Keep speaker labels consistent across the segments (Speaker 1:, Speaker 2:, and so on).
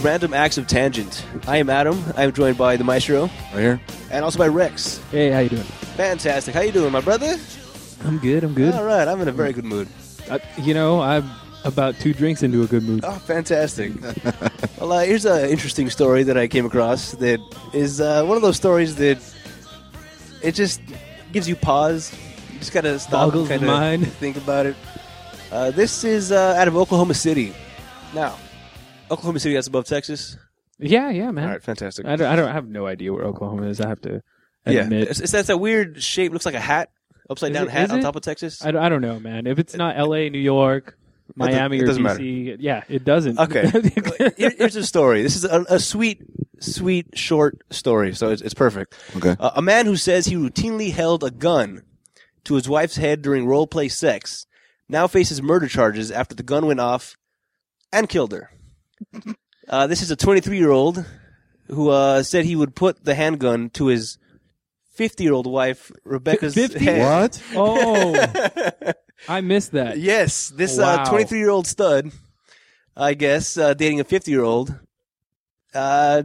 Speaker 1: Random Acts of Tangent. I am Adam. I am joined by the Maestro
Speaker 2: Right here.
Speaker 1: and also by Rex.
Speaker 3: Hey, how you doing?
Speaker 1: Fantastic. How you doing, my brother?
Speaker 3: I'm good. I'm good.
Speaker 1: All right. I'm in a very good mood.
Speaker 3: I, you know, I'm about two drinks into a good mood.
Speaker 1: Oh, fantastic. well, uh, here's an interesting story that I came across that is uh, one of those stories that it just gives you pause. You just got to stop
Speaker 3: Boggles the
Speaker 1: and kind
Speaker 3: mind.
Speaker 1: of think about it. Uh, this is uh, out of Oklahoma City. Now, Oklahoma City, that's above Texas.
Speaker 3: Yeah, yeah, man.
Speaker 1: All right, fantastic.
Speaker 3: I don't. I don't I have no idea where Oklahoma is. I have to
Speaker 1: yeah,
Speaker 3: admit.
Speaker 1: it's, it's, that's that weird shape. Looks like a hat, upside
Speaker 3: Is
Speaker 1: down
Speaker 3: it-
Speaker 1: hat
Speaker 3: is
Speaker 1: on
Speaker 3: it?
Speaker 1: top of Texas.
Speaker 3: I don't, I don't know, man. If it's not L.A., New York, Miami,
Speaker 1: it
Speaker 3: or
Speaker 1: doesn't matter.
Speaker 3: D.C., yeah, it doesn't.
Speaker 1: Okay. Here- here's a story. This is a, a sweet, sweet short story, so it's, it's perfect.
Speaker 2: Okay.
Speaker 1: Uh, a man who says he routinely held a gun to his wife's head during role play sex now faces murder charges after the gun went off and killed her. Uh, this is a 23 year old who uh, said he would put the handgun to his 50 year old wife, Rebecca's
Speaker 3: 50?
Speaker 1: head.
Speaker 2: What?
Speaker 3: oh, I missed that.
Speaker 1: Yes, this
Speaker 3: Wow.
Speaker 1: uh, 23 year old stud, I guess, uh, dating a 50 year old, uh,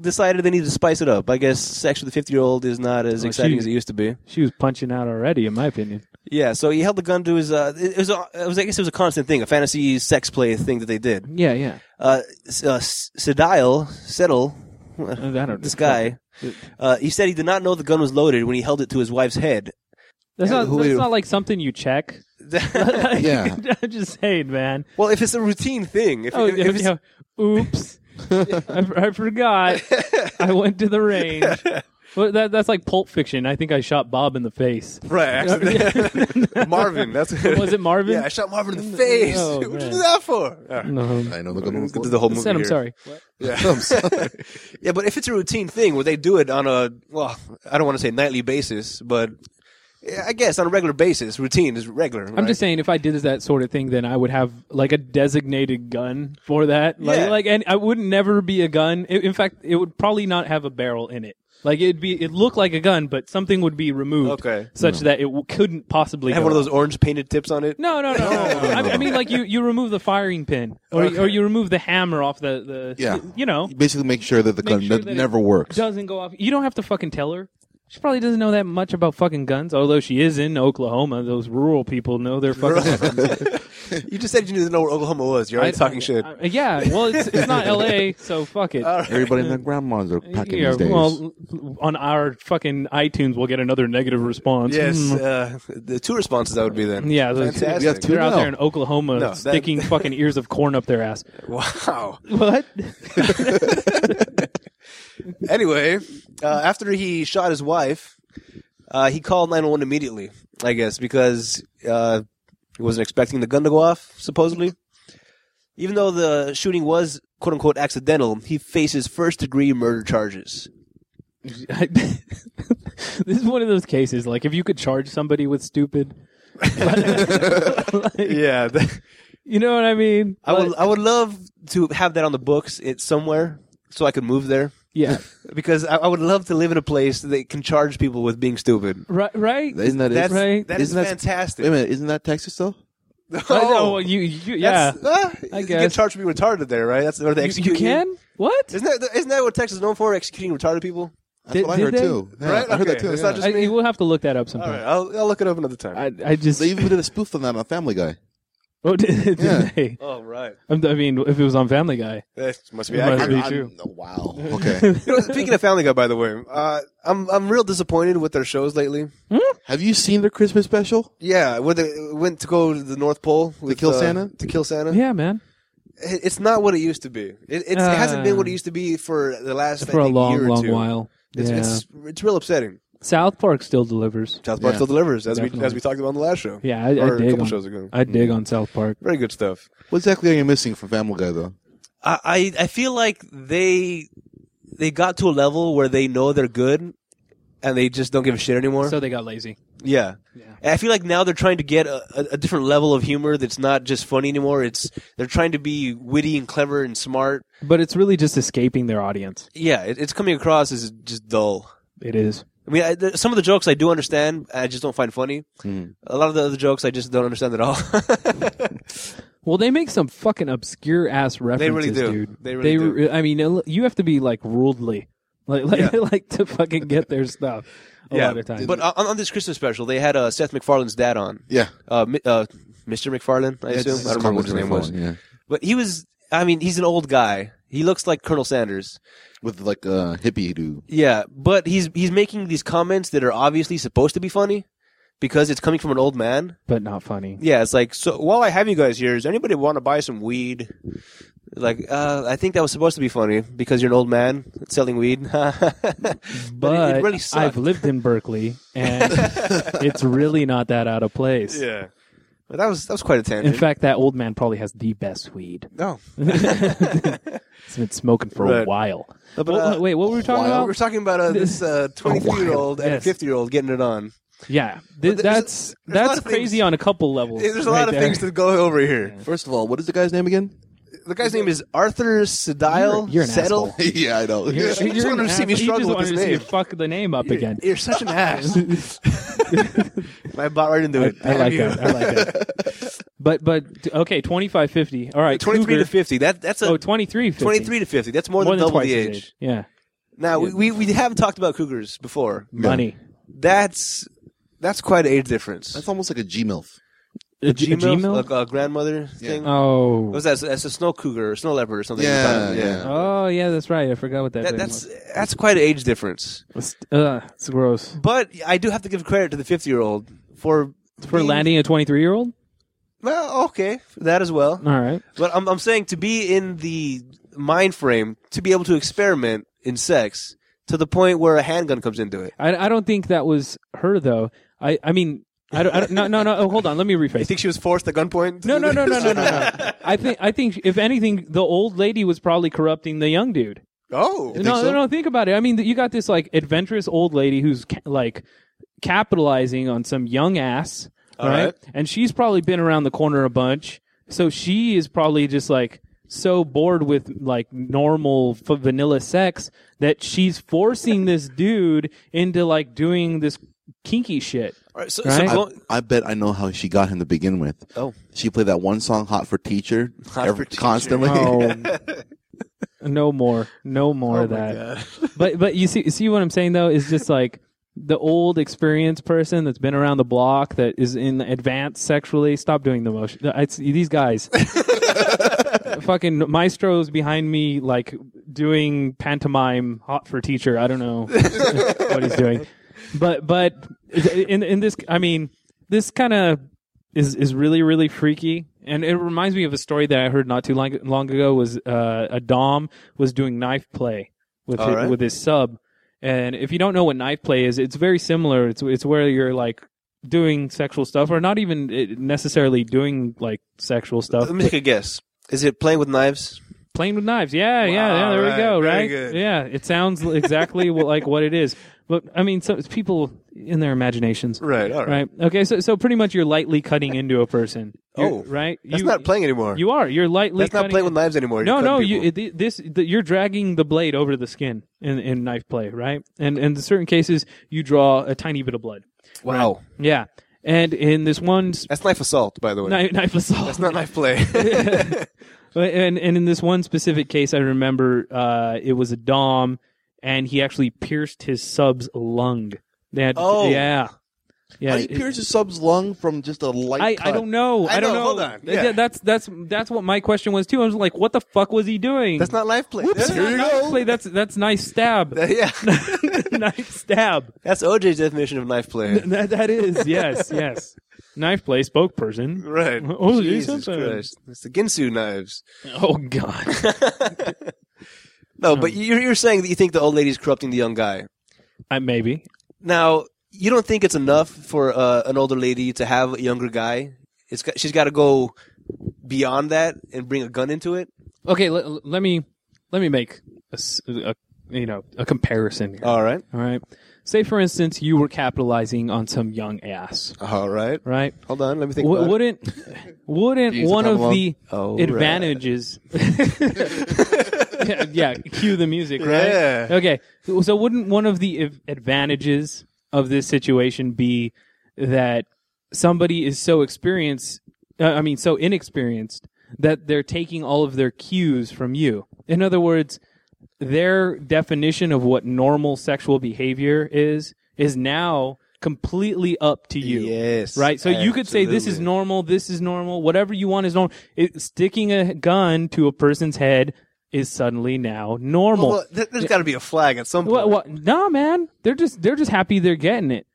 Speaker 1: decided they needed to spice it up. I guess sex with a 50 year old is not as
Speaker 3: Well,
Speaker 1: exciting
Speaker 3: Oh, she-
Speaker 1: as it used to be.
Speaker 3: She was punching out already, in my opinion.
Speaker 1: Yeah, so he held the gun to his. Uh, it, it was, a, it was, I guess, it was a constant thing, a fantasy sex play thing that they did.
Speaker 3: Yeah, yeah.
Speaker 1: Uh, S- uh, S- Sedile, Settle,
Speaker 3: I don't know.
Speaker 1: Uh, this guy. Uh, he said he did not know the gun was loaded when he held it to his wife's head.
Speaker 3: That's
Speaker 1: Yeah,
Speaker 3: not.
Speaker 1: who
Speaker 3: That's
Speaker 1: you-
Speaker 3: not like something you check.
Speaker 2: Yeah.
Speaker 3: I'm just saying, man.
Speaker 1: well, if it's a routine thing, if,
Speaker 3: Oh,
Speaker 1: if, if it's,
Speaker 3: yeah, yeah. oops. I, I forgot. I went to the range. Well, that, that's like Pulp Fiction. I think I shot Bob in the face.
Speaker 1: right, accident. Marvin, that's
Speaker 3: Was it Marvin?
Speaker 1: Yeah, I shot Marvin in the face.
Speaker 3: Oh,
Speaker 1: What'd you
Speaker 3: man.
Speaker 1: do that for?
Speaker 3: no.
Speaker 2: I know the good
Speaker 1: Let's get to the whole movie.
Speaker 3: Said I'm
Speaker 1: here.
Speaker 3: sorry.
Speaker 2: Yeah.
Speaker 1: Yeah, but if it's a routine thing where they do it on a well, I don't want to say nightly basis, but yeah, I guess on a regular basis, routine is regular.
Speaker 3: I'm just saying, if I did that sort of thing, then I would have like a designated gun for that. Like,
Speaker 1: Yeah.
Speaker 3: like, and I would never be a gun. I- in fact, it would probably not have a barrel in it. Like it'd be, it looked like a gun, but something would be removed,
Speaker 1: Okay.
Speaker 3: such that it w- couldn't possibly
Speaker 1: I have
Speaker 3: go
Speaker 1: one of
Speaker 3: off.
Speaker 1: those orange painted tips on it.
Speaker 3: uh, No, no, no. no, no. I, I mean, like you, you remove the firing pin, or, or you remove the hammer off the, the
Speaker 2: Yeah.
Speaker 3: you know,
Speaker 2: Basically, make sure that the
Speaker 3: Make
Speaker 2: gun
Speaker 3: sure
Speaker 2: ne-
Speaker 3: that it
Speaker 2: never works.
Speaker 3: doesn't go off. You don't have to fucking tell her. She probably doesn't know that much about fucking guns, although she is in Oklahoma. Those rural people know their fucking. guns.
Speaker 1: You just said you didn't know where Oklahoma was. You're already talking shit.
Speaker 3: Uh, yeah, well, it's, it's not L.A., so fuck it.
Speaker 2: Everybody and their grandmas are packing
Speaker 3: Yeah,
Speaker 2: these days.
Speaker 3: well, on our fucking iTunes, we'll get another negative response.
Speaker 1: yes,
Speaker 3: Mm.
Speaker 1: uh, the two responses that would be then.
Speaker 3: Yeah, those-
Speaker 1: fantastic.
Speaker 2: We have two
Speaker 3: They're out
Speaker 2: now.
Speaker 3: there in Oklahoma
Speaker 1: No, that-
Speaker 3: sticking fucking ears of corn up their ass.
Speaker 1: Wow.
Speaker 3: What?
Speaker 1: Anyway, uh, after he shot his wife, uh, he called 911 immediately, I guess, because uh, he wasn't expecting the gun to go off, supposedly. Even though the shooting was, quote unquote, accidental, he faces first degree murder charges.
Speaker 3: I- this is one of those cases. Like, if you could charge somebody with stupid, like,
Speaker 1: Yeah.
Speaker 3: you know what I mean?
Speaker 1: I, would,
Speaker 3: Like,
Speaker 1: I would love to have that on the books it, somewhere so I could move there.
Speaker 3: yeah,
Speaker 1: Because I, I would love to live in a place that can charge people with being stupid.
Speaker 3: right, right.
Speaker 2: Isn't that it?
Speaker 1: That's,
Speaker 3: Right.
Speaker 1: that is
Speaker 2: Isn't that-
Speaker 1: fantastic. Oh,
Speaker 2: Wait a minute, isn't that Texas though?
Speaker 3: I know, you, you, yeah.
Speaker 1: That's- ah,
Speaker 3: I
Speaker 1: you can
Speaker 3: guess.
Speaker 1: charge me retarded there, right? That's where they
Speaker 3: You- You,
Speaker 1: execute
Speaker 3: can what?
Speaker 1: Isn't that isn't that what Texas is known for? Executing retarded people.
Speaker 2: That's
Speaker 3: Did-
Speaker 2: what I
Speaker 3: did
Speaker 2: heard
Speaker 3: they?
Speaker 2: too. Yeah,
Speaker 1: Right?
Speaker 2: I heard
Speaker 1: Okay,
Speaker 2: that too.
Speaker 1: that's
Speaker 2: yeah.
Speaker 1: not just-
Speaker 3: I, we'll have to look that up sometime.
Speaker 1: All right, I'll, I'll look it up another time.
Speaker 3: I, I just.
Speaker 2: They even did a spoof on that on Family Guy.
Speaker 3: Oh, did, did
Speaker 2: Yeah.
Speaker 3: they?
Speaker 1: oh right,
Speaker 3: I'm- I mean, if it was on Family Guy,
Speaker 1: that must be
Speaker 3: It must
Speaker 1: accurate.
Speaker 3: be.
Speaker 2: I'm-
Speaker 3: too.
Speaker 2: I'm- wow. Okay.
Speaker 1: You know, speaking of Family Guy, by the way, uh, I'm I'm real disappointed with their shows lately.
Speaker 2: Have you seen their Christmas special?
Speaker 1: Yeah, where they went to go to the North Pole with,
Speaker 2: kill
Speaker 1: uh,
Speaker 2: Santa?
Speaker 1: To kill Santa.
Speaker 3: yeah, man,
Speaker 1: It- it's not what it used to be. It, it's, it hasn't been what it used to be for the last I
Speaker 3: Uh, for a
Speaker 1: think,
Speaker 3: long,
Speaker 1: year or
Speaker 3: long
Speaker 1: two.
Speaker 3: while.
Speaker 1: It's,
Speaker 3: yeah,
Speaker 1: it's it's real upsetting.
Speaker 3: South Park still delivers.
Speaker 1: South Park
Speaker 2: Yeah.
Speaker 1: still delivers, as we
Speaker 3: Definitely.
Speaker 1: as we talked about on the last show.
Speaker 3: Yeah, I, I
Speaker 1: or a
Speaker 3: dig
Speaker 1: couple
Speaker 3: on.
Speaker 1: shows ago. Mm-hmm.
Speaker 3: I dig on South Park.
Speaker 1: Very good stuff.
Speaker 2: What exactly are you missing from Family Guy though?
Speaker 1: I, I I feel like they they got to a level where they know they're good and they just don't give a shit anymore.
Speaker 3: So they got lazy.
Speaker 1: yeah. And I feel like now they're trying to get a, a, a different level of humor that's not just funny anymore. It's they're trying to be witty and clever and smart.
Speaker 3: But it's really just escaping their audience.
Speaker 1: Yeah, it, it's coming across as just dull.
Speaker 3: It is.
Speaker 1: I mean, I, th- some of the jokes I do understand, I just don't find funny.
Speaker 2: Mhm.
Speaker 1: A lot of the other jokes I just don't understand at all.
Speaker 3: Well, they make some fucking obscure ass
Speaker 1: they
Speaker 3: references,
Speaker 1: really do.
Speaker 3: dude.
Speaker 1: They really do.
Speaker 3: re- I mean, uh, you have to be like worldly, like like,
Speaker 1: Yeah.
Speaker 3: like to fucking get their stuff. A lot of times,
Speaker 1: But uh, on, on this Christmas special, they had uh, Seth MacFarlane's dad on,
Speaker 2: Yeah.
Speaker 1: uh, Mi- uh, Mr. MacFarlane, I assume. I don't remember what his name was.
Speaker 2: Yeah.
Speaker 1: But he was, I mean, he's an old guy. He looks like Colonel Sanders.
Speaker 2: With like a uh, hippie dude.
Speaker 1: Yeah, but he's he's making these comments that are obviously supposed to be funny because it's coming from an old man.
Speaker 3: but not funny.
Speaker 1: Yeah, it's like so. While I have you guys here, does anybody want to buy some weed? Like, uh, I think that was supposed to be funny because you're an old man selling weed. but it,
Speaker 3: But
Speaker 1: it really
Speaker 3: I've
Speaker 1: sucked.
Speaker 3: lived in Berkeley, and it's really not that out of place.
Speaker 1: yeah, but that was that was quite a tangent.
Speaker 3: In fact, that old man probably has the best weed.
Speaker 1: no,
Speaker 3: He's been smoking for a
Speaker 1: Right.
Speaker 3: while.
Speaker 1: but,
Speaker 3: Well,
Speaker 1: uh,
Speaker 3: wait, what were we talking
Speaker 1: we
Speaker 3: about?
Speaker 1: we're talking about uh, this uh, 23 year old and
Speaker 3: Yes.
Speaker 1: 50 year old getting it on.
Speaker 3: Yeah, Th-
Speaker 1: there's-
Speaker 3: that's
Speaker 1: there's a lot
Speaker 3: that's
Speaker 1: of things-
Speaker 3: crazy on a couple levels.
Speaker 1: There's a
Speaker 3: right
Speaker 1: lot of
Speaker 3: there.
Speaker 1: things to go over here.
Speaker 2: First of all, what is the guy's name again?
Speaker 1: The guy's name is Arthur Sedile.
Speaker 3: You're- you're an
Speaker 1: Settle.
Speaker 3: asshole.
Speaker 2: yeah, I know.
Speaker 3: You're-
Speaker 1: just
Speaker 3: you're
Speaker 1: wanted
Speaker 3: an
Speaker 1: to see me
Speaker 3: asshole. He
Speaker 1: struggle
Speaker 3: just
Speaker 1: with
Speaker 3: wanted
Speaker 1: his
Speaker 3: to see
Speaker 1: name.
Speaker 3: you fuck the name up again.
Speaker 1: You're such an ass. I bought right into it.
Speaker 3: I
Speaker 1: Damn
Speaker 3: like
Speaker 1: you.
Speaker 3: that. I like that. But but okay, 25 50. All right.
Speaker 1: 23
Speaker 3: Cougar.
Speaker 1: to 50. That that's a
Speaker 3: Oh, 23 50.
Speaker 1: 23 to 50. That's more,
Speaker 3: more than
Speaker 1: double
Speaker 3: twice
Speaker 1: the
Speaker 3: his
Speaker 1: age.
Speaker 3: Yeah.
Speaker 1: Now we, we we have talked about cougars before.
Speaker 3: Money.
Speaker 1: That's that's quite an age difference.
Speaker 2: That's almost like a Gmail.
Speaker 3: A G- a Gmail?
Speaker 1: like a grandmother
Speaker 2: Yeah.
Speaker 1: thing. What
Speaker 3: Oh.
Speaker 1: was that? That's a snow cougar or snow leopard or something.
Speaker 2: Yeah,
Speaker 1: Sometimes,
Speaker 2: yeah.
Speaker 3: Oh, yeah, that's right. I forgot what that,
Speaker 1: That,
Speaker 3: thing
Speaker 1: that's that's quite an age difference.
Speaker 3: was. Uh, it's gross.
Speaker 1: But I do have to give credit to the 50 year old for
Speaker 3: For
Speaker 1: being-
Speaker 3: landing a 23 year old?
Speaker 1: Well, okay, that as well.
Speaker 3: All right.
Speaker 1: But I'm I'm saying to be in the mind frame to be able to experiment in sex to the point where a handgun comes into it.
Speaker 3: I, I don't think that was her, though. I, I mean, I don't, I don't, no, no, no. Oh, hold on. Let me rephrase.
Speaker 1: You think she was forced at gunpoint?
Speaker 3: No, no, no, no, no, no, no. I think I think if anything, the old lady was probably corrupting the young dude.
Speaker 1: Oh,
Speaker 2: You
Speaker 3: no,
Speaker 2: think so?
Speaker 3: no, no. Think about it. I mean, th- you got this like adventurous old lady who's ca- like capitalizing on some young ass,
Speaker 1: All
Speaker 3: right?
Speaker 1: right.
Speaker 3: And she's probably been around the corner a bunch, so she is probably just like so bored with like normal f- vanilla sex that she's forcing this dude into like doing this kinky shit.
Speaker 1: All right, so,
Speaker 3: Right?
Speaker 1: so go,
Speaker 2: I, I bet I know how she got him to begin with.
Speaker 1: Oh.
Speaker 2: She played that one song, Hot for Teacher,
Speaker 1: Hot
Speaker 2: every-
Speaker 1: for Teacher.
Speaker 2: constantly.
Speaker 3: Oh, no more, no more
Speaker 1: Oh
Speaker 3: of
Speaker 1: my
Speaker 3: that.
Speaker 1: God.
Speaker 3: but but you see see what I'm saying though is just like the old experienced person that's been around the block that is in advance sexually. Stop doing the motion. It's, these guys, fucking maestros behind me, like doing pantomime hot for teacher. I don't know what he's doing, but but in in this, I mean, this kind of is is really really freaky and it reminds me of a story that i heard not too long, long ago was uh, a dom was doing knife play with
Speaker 1: All
Speaker 3: his,
Speaker 1: right.
Speaker 3: with his sub and if you don't know what knife play is it's very similar it's it's where you're like doing sexual stuff or not even eh, necessarily doing like sexual stuff
Speaker 1: Let me take a guess. Is it playing with knives?
Speaker 3: playing with knives. Yeah, yeah, yeah. There
Speaker 1: right.
Speaker 3: we go.
Speaker 1: Very
Speaker 3: Right.
Speaker 1: good.
Speaker 3: Yeah, it sounds exactly what, like what it is. But I mean, so it's people in their imaginations.
Speaker 1: Right, all
Speaker 3: Right. Okay. So, so pretty much you're lightly cutting into a person. You're-
Speaker 1: Oh,
Speaker 3: right.
Speaker 1: That's not playing anymore.
Speaker 3: You are. You're lightly.
Speaker 1: That's not
Speaker 3: cutting
Speaker 1: playing with knives anymore.
Speaker 3: No,
Speaker 1: You're
Speaker 3: no.
Speaker 1: cutting
Speaker 3: You
Speaker 1: people.
Speaker 3: it, this the, you're dragging the blade over the skin in, in knife play, right? And and in certain cases you draw a tiny bit of blood.
Speaker 1: wow,
Speaker 3: Yeah. And in this one sp-
Speaker 1: that's knife assault, by the way.
Speaker 3: knife, knife assault,
Speaker 1: That's not knife play.
Speaker 3: But- and and in this one specific case, I remember uh, it was a dom, and he actually pierced his sub's lung. They had,
Speaker 1: Oh.
Speaker 3: yeah, yeah.
Speaker 2: How do you
Speaker 3: it-
Speaker 2: pierce a sub's lung from just a light
Speaker 3: I,
Speaker 2: cut?
Speaker 3: I don't know. I,
Speaker 1: I
Speaker 3: don't know.
Speaker 1: know, hold on.
Speaker 3: Th-
Speaker 1: Yeah.
Speaker 3: That's that's that's what my question was too. I was like, what the fuck was he doing?
Speaker 1: that's not knife play.
Speaker 3: That's
Speaker 1: Here
Speaker 3: not
Speaker 1: you
Speaker 3: knife
Speaker 1: go.
Speaker 3: play. That's that's nice stab.
Speaker 1: Yeah,
Speaker 3: knife stab.
Speaker 1: that's OJ's definition of knife play.
Speaker 3: That that is yes yes. Knife play spokesperson.
Speaker 1: Right.
Speaker 3: Oh, you
Speaker 1: Jesus
Speaker 3: said that.
Speaker 1: Christ. It's the Ginsu knives.
Speaker 3: Oh god.
Speaker 1: No, but you're, you're saying that you think the old lady's corrupting the young guy.
Speaker 3: I maybe.
Speaker 1: Now, you don't think it's enough for uh, an older lady to have a younger guy? It's got, she's got to go beyond that and bring a gun into it.
Speaker 3: Okay. Let, let me let me make a, s- a- you know a comparison. Here.
Speaker 1: All right,
Speaker 3: All right. Say, for instance, you were capitalizing on some young ass,
Speaker 1: all right.
Speaker 3: right?
Speaker 1: Hold on, let me think.
Speaker 3: W-
Speaker 1: about it.
Speaker 3: wouldn't wouldn't
Speaker 2: Jeez,
Speaker 3: one
Speaker 2: I'm
Speaker 3: of
Speaker 2: alone.
Speaker 3: the
Speaker 1: Oh, right.
Speaker 3: advantages yeah, yeah, cue the music, right?
Speaker 1: Yeah.
Speaker 3: Okay. So wouldn't one of the av- advantages of this situation be that somebody is so experienced, uh, I mean so inexperienced that they're taking all of their cues from you. In other words, their definition of what normal sexual behavior is is now completely up to you.
Speaker 1: Yes,
Speaker 3: Right? So you could say this is
Speaker 1: absolutely.
Speaker 3: normal, this is normal, whatever you want is normal. It, sticking a gun to a person's head is suddenly now normal.
Speaker 1: Well, there- there's got to be a flag at some point.
Speaker 3: What, what? No, man. They're just they're just happy they're getting it.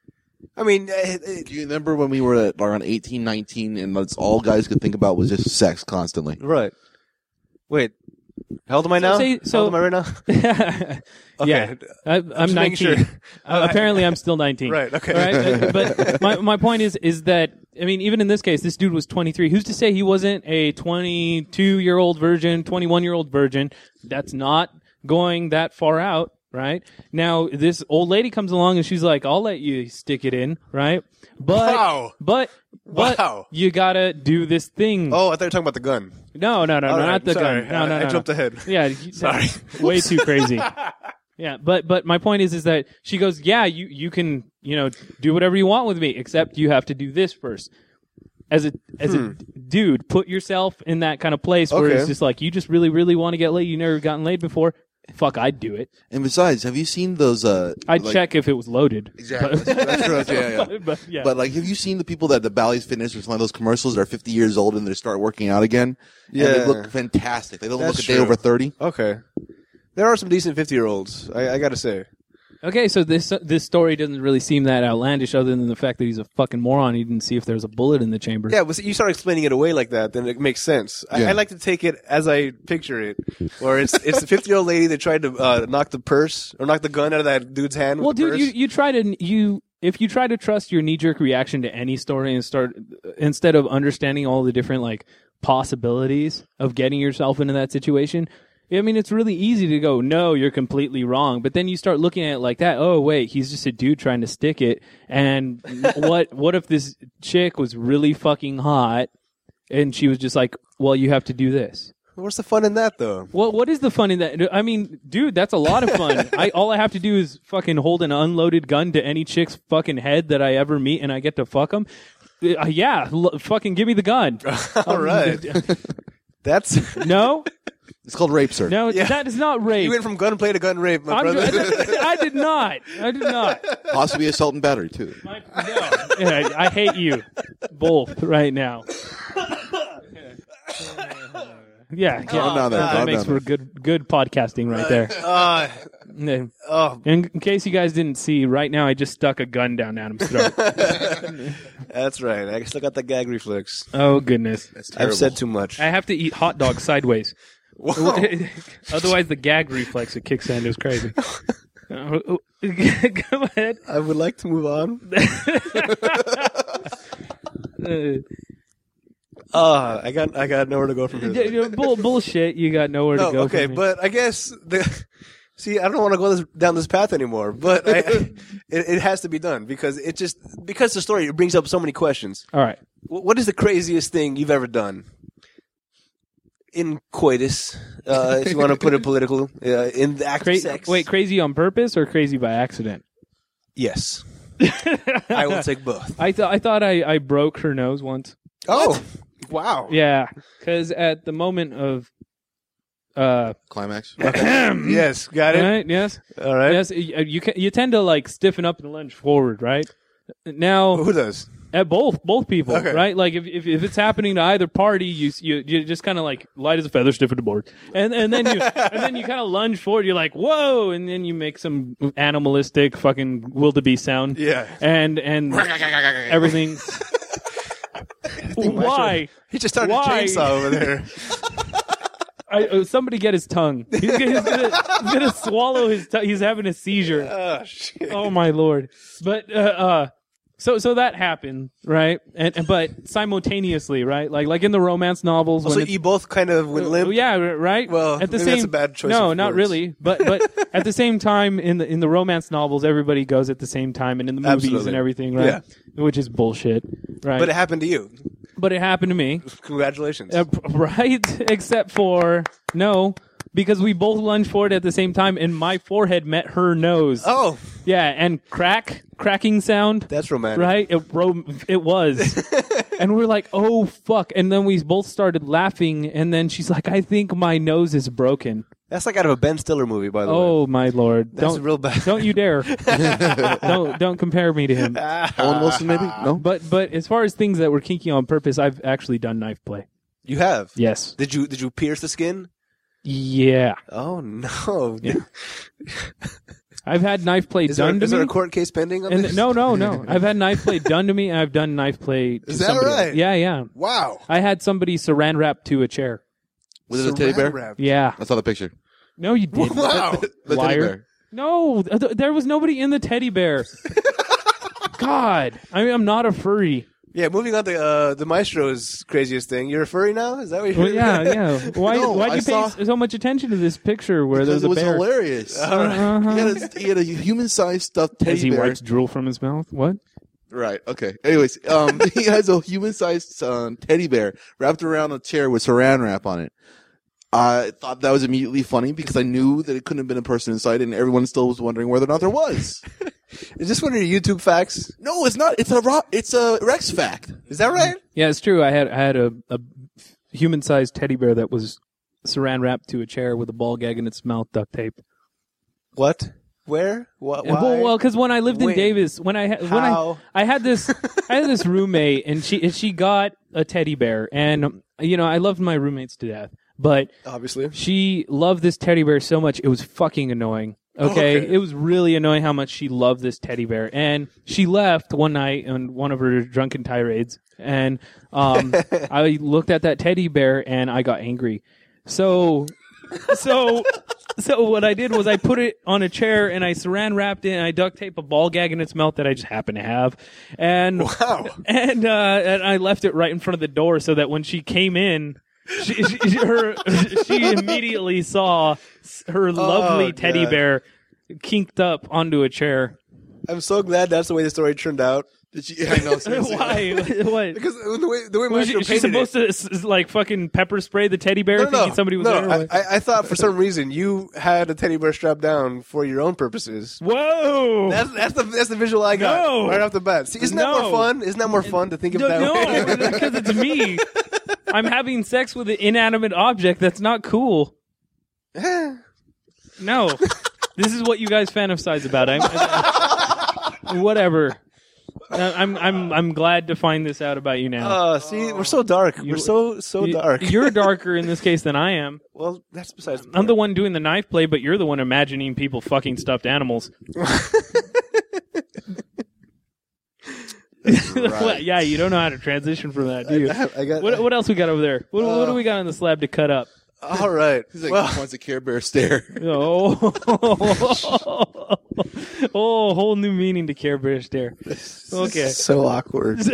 Speaker 1: I mean, uh, uh,
Speaker 2: Eh, Do you remember when we were at around 18, 19, and that's all guys could think about was just sex constantly?
Speaker 1: right. Wait, how old am I now?
Speaker 3: say-
Speaker 1: how
Speaker 3: so-
Speaker 1: old am I right now?
Speaker 3: Yeah, I, I'm
Speaker 1: Just making
Speaker 3: 19.
Speaker 1: sure.
Speaker 3: Uh, apparently, I'm still 19.
Speaker 1: Right, okay.
Speaker 3: All right, uh, But my my point is is that I mean, even in this case, this dude was 23. Who's to say he wasn't a 22 year old virgin, 21 year old virgin? That's not going that far out, right? Now, this old lady comes along and she's like, "I'll let you stick it in," right? But
Speaker 1: Wow.
Speaker 3: but but
Speaker 1: Wow.
Speaker 3: you gotta do this thing.
Speaker 1: Oh, I thought you were talking about the gun.
Speaker 3: No, no, no, no,
Speaker 1: All right,
Speaker 3: not the
Speaker 1: sorry.
Speaker 3: gun. No,
Speaker 1: I-
Speaker 3: no,
Speaker 1: I
Speaker 3: no, no.
Speaker 1: jumped ahead.
Speaker 3: Yeah, you-
Speaker 1: Sorry.
Speaker 3: that's way too crazy. Yeah, but but my point is is that she goes, yeah, you you can you know do whatever you want with me, except you have to do this first. As a as a d- dude, put yourself in that kind of place where
Speaker 1: Okay.
Speaker 3: it's just like you just really really want to get laid. You never gotten laid before. Fuck, I'd do it.
Speaker 2: And besides, have you seen those? Uh,
Speaker 3: I'd
Speaker 2: like-
Speaker 3: check if it was loaded.
Speaker 2: Exactly. That's correct. Yeah, yeah.
Speaker 3: But, but yeah,
Speaker 2: But like, have you seen the people that the Bally's Fitness was one of those commercials that are 50 years old and they start working out again? and
Speaker 1: Yeah.
Speaker 2: they look fantastic. They don't
Speaker 1: That's
Speaker 2: look a
Speaker 1: true.
Speaker 2: day over 30.
Speaker 1: Okay, there are some decent fifty-year-olds. I, I got to say.
Speaker 3: okay. So this this story doesn't really seem that outlandish, other than the fact that he's a fucking moron. He didn't see if there was a bullet in the chamber.
Speaker 1: Yeah, but you start explaining it away like that, then it makes sense. I,
Speaker 2: Yeah.
Speaker 1: I like to take it as I picture it, where it's it's the fifty year old lady that tried to uh, knock the purse or knock the gun out of that dude's hand.
Speaker 3: Well,
Speaker 1: with the
Speaker 3: dude, you,
Speaker 1: purse.
Speaker 3: you try to you if you try to trust your knee jerk reaction to any story and start instead of understanding all the different like possibilities of getting yourself into that situation. I mean, it's really easy to go, no, you're completely wrong. But then you start looking at it like that. Oh, wait, he's just a dude trying to stick it. And what what if this chick was really fucking hot and she was just like, well, you have to do this.
Speaker 1: what's the fun in that though?
Speaker 3: Well, what is the fun in that? I mean, dude, that's a lot of fun. I all I have to do is fucking hold an unloaded gun to any chick's fucking head that I ever meet, and I get to fuck them. yeah, l- fucking give me the gun.
Speaker 1: All right, that's
Speaker 3: no,
Speaker 2: It's called rape, sir.
Speaker 3: no,
Speaker 1: Yeah.
Speaker 3: that is not rape.
Speaker 1: you went from gunplay to gun rape, my
Speaker 3: I'm-
Speaker 1: brother.
Speaker 3: I did not. I did not.
Speaker 2: Possibly assault and battery too.
Speaker 3: I, no. I, I hate you both right now.
Speaker 1: Oh,
Speaker 3: Yeah, yeah.
Speaker 2: down there,
Speaker 3: That
Speaker 2: calm
Speaker 3: makes
Speaker 2: down there.
Speaker 3: for good, good podcasting right there.
Speaker 1: uh,
Speaker 3: Yeah.
Speaker 1: oh,
Speaker 3: In, in case you guys didn't see, right now I just stuck a gun down Adam's throat.
Speaker 1: that's right. I still got the gag reflex.
Speaker 3: oh goodness!
Speaker 1: I've said too much.
Speaker 3: I have to eat hot dogs sideways,
Speaker 1: Wow.
Speaker 3: otherwise the gag reflex that kicks in is crazy. Uh, uh, Go ahead.
Speaker 1: I would like to move on.
Speaker 3: Uh,
Speaker 1: Uh, I got I got nowhere to go from here.
Speaker 3: yeah, yeah, bull, bullshit. You got nowhere to
Speaker 1: No,
Speaker 3: go.
Speaker 1: Oh, okay,
Speaker 3: from here.
Speaker 1: but I guess the see, I don't want to go this, down this path anymore. But I, it, it has to be done because it just because the story it brings up so many questions.
Speaker 3: all right.
Speaker 1: Wh- What is the craziest thing you've ever done in coitus, uh, if you want to put it political, uh, in the act
Speaker 3: Cra-
Speaker 1: of sex?
Speaker 3: Wait, crazy on purpose or crazy by accident?
Speaker 1: yes, I will take both.
Speaker 3: I thought I thought I, I broke her nose once.
Speaker 1: Oh, wow!
Speaker 3: Yeah, because at the moment of, uh,
Speaker 2: Climax.
Speaker 1: Yes, got it.
Speaker 3: right, yes,
Speaker 1: All right.
Speaker 3: Yes, you you ca- you tend to like stiffen up and lunge forward, right? Now,
Speaker 1: Who does?
Speaker 3: at both both people,
Speaker 1: Okay.
Speaker 3: right? Like if, if if it's happening to either party, you s- you, you just kind of like light as a feather, stiffen to board, and and then you and then you kind of lunge forward. You're like whoa, and then you make some animalistic fucking wildebeest sound,
Speaker 1: Yeah.
Speaker 3: and and everything. Why?
Speaker 1: He just started
Speaker 3: Why?
Speaker 1: a chainsaw over there.
Speaker 3: I, uh, somebody get his tongue. He's gonna, he's gonna, he's gonna swallow his tongue. He's having a seizure.
Speaker 1: oh shit!
Speaker 3: oh my lord but uh, uh so so that happened right and, and but simultaneously right like like in the romance novels
Speaker 1: So
Speaker 3: when it's,
Speaker 1: you both kind of went limp.
Speaker 3: Oh, yeah r- right
Speaker 1: Well,
Speaker 3: at
Speaker 1: maybe
Speaker 3: the same
Speaker 1: that's a bad choice
Speaker 3: no
Speaker 1: of
Speaker 3: not
Speaker 1: words.
Speaker 3: really but but at the same time in the in the romance novels everybody goes at the same time and in the movies
Speaker 1: Absolutely.
Speaker 3: and everything right which is bullshit right
Speaker 1: But it happened to you.
Speaker 3: but it happened to me
Speaker 1: Congratulations.
Speaker 3: Uh, right except for no because we both lunged forward at the same time, and my forehead met her nose.
Speaker 1: Oh,
Speaker 3: Yeah, and crack, cracking sound.
Speaker 1: that's romantic.
Speaker 3: right? It ro- it was. and we're like, "Oh fuck." And then we both started laughing and then she's like, "I think my nose is broken."
Speaker 1: That's like out of a Ben Stiller movie, by the way.
Speaker 3: Oh my lord.
Speaker 1: That's
Speaker 3: don't
Speaker 1: real bad.
Speaker 3: don't you dare. don't don't compare me to him.
Speaker 2: Owen Wilson, maybe? No.
Speaker 3: But but as far as things that were kinky on purpose, I've actually done knife play.
Speaker 1: You have.
Speaker 3: Yes.
Speaker 1: Did you did you pierce the skin?
Speaker 3: Yeah.
Speaker 1: Oh no!
Speaker 3: I've had knife play
Speaker 1: Is, there,
Speaker 3: done
Speaker 1: is
Speaker 3: to
Speaker 1: there a
Speaker 3: me.
Speaker 1: court case pending? On
Speaker 3: and
Speaker 1: this?
Speaker 3: no, no, no. I've had knife play done to me and I've done knife play to
Speaker 2: Is that
Speaker 3: somebody else.
Speaker 2: right?
Speaker 3: Yeah, yeah.
Speaker 2: Wow.
Speaker 3: I had somebody saran wrap to a chair.
Speaker 2: Was it a teddy bear?
Speaker 1: Saran wrap.
Speaker 3: Yeah.
Speaker 2: I saw the picture.
Speaker 3: No, you didn't.
Speaker 2: Wow. the teddy
Speaker 3: Liar.
Speaker 2: bear.
Speaker 3: No, th- th- there was nobody in the teddy bear. God, I mean, I'm not a furry.
Speaker 1: Yeah. Moving on to uh, the maestro's craziest thing. You're a furry now? Is that what you're?
Speaker 3: Well, yeah, yeah. Why?
Speaker 2: No,
Speaker 3: why do
Speaker 2: I
Speaker 3: you pay
Speaker 2: saw-
Speaker 3: s- so much attention to this picture where
Speaker 2: Because
Speaker 3: there's
Speaker 2: it
Speaker 3: a
Speaker 2: was
Speaker 3: bear?
Speaker 2: hilarious.
Speaker 3: Uh-huh.
Speaker 2: He had a, he had a human-sized stuffed teddy
Speaker 3: As he
Speaker 2: bear.
Speaker 3: wipes drool from his mouth. What?
Speaker 2: Right. Okay. Anyways, um, he has a human-sized um, teddy bear wrapped around a chair with Saran wrap on it. I thought that was immediately funny because I knew that it couldn't have been a person inside, and everyone still was wondering whether or not there was.
Speaker 1: Is this one of your YouTube facts?
Speaker 2: no, it's not. It's a ro- it's a Rex fact.
Speaker 1: Is that right?
Speaker 3: Yeah, it's true. I had I had a, a human-sized teddy bear that was saran wrapped to a chair with a ball gag in its mouth, duct tape.
Speaker 1: What? Where? What? Why?
Speaker 3: Well, well, because when I lived
Speaker 1: When?
Speaker 3: in Davis, when I ha- when I
Speaker 1: How?
Speaker 3: I had this I had this roommate, and she and she got a teddy bear, and um, you know I loved my roommates to death, but
Speaker 1: Obviously.
Speaker 3: she loved this teddy bear so much it was fucking annoying. Okay?
Speaker 1: Okay.
Speaker 3: it was really annoying how much she loved this teddy bear, and she left one night on one of her drunken tirades, and um, I looked at that teddy bear and I got angry. So, so, so what I did was I put it on a chair and I saran wrapped it and I duct taped a ball gag in its mouth that I just happened to have, and
Speaker 1: Wow.
Speaker 3: and uh, and I left it right in front of the door so that when she came in, she she, her, she immediately saw s- her lovely teddy
Speaker 1: Oh, God.
Speaker 3: bear kinked up onto a chair.
Speaker 1: I'm so glad that's the way the story turned out.
Speaker 2: Did you, I know. seriously.
Speaker 3: Why? what?
Speaker 1: Because the way the way
Speaker 3: Was
Speaker 1: Maestro
Speaker 3: she, she's
Speaker 1: painted it.
Speaker 3: supposed to s- s- like fucking pepper spray the teddy bear
Speaker 1: No, no,
Speaker 3: thinking
Speaker 1: no.
Speaker 3: somebody was
Speaker 1: no,
Speaker 3: there.
Speaker 1: I, I, I thought for some reason you had a teddy bear strapped down for your own purposes.
Speaker 3: Whoa!
Speaker 1: That's that's the that's the visual I got
Speaker 3: No.
Speaker 1: right off the bat. See, isn't that
Speaker 3: No.
Speaker 1: more fun? Isn't that more fun to think of
Speaker 3: no,
Speaker 1: that way?
Speaker 3: no, because it's me. I'm having sex with an inanimate object. That's not cool. No. this is what you guys fantasize about. I'm, whatever. Uh, I'm I'm I'm glad to find this out about you now.
Speaker 1: Uh, see, we're so dark. we're so so
Speaker 3: You-
Speaker 1: dark.
Speaker 3: You're darker in this case than I am.
Speaker 1: well, that's besides. The
Speaker 3: I'm
Speaker 1: point.
Speaker 3: the one doing the knife play, but you're the one imagining people fucking stuffed animals. yeah, you don't know how to transition from that, do you?
Speaker 1: I, have- I got.
Speaker 3: What, what else we got over there? What, what do we got on the slab to cut up?
Speaker 1: all right.
Speaker 2: He's like
Speaker 1: well,
Speaker 2: wants a Care Bear stare.
Speaker 3: Oh, oh, a whole new meaning to Care Bear stare. Okay.
Speaker 1: so awkward.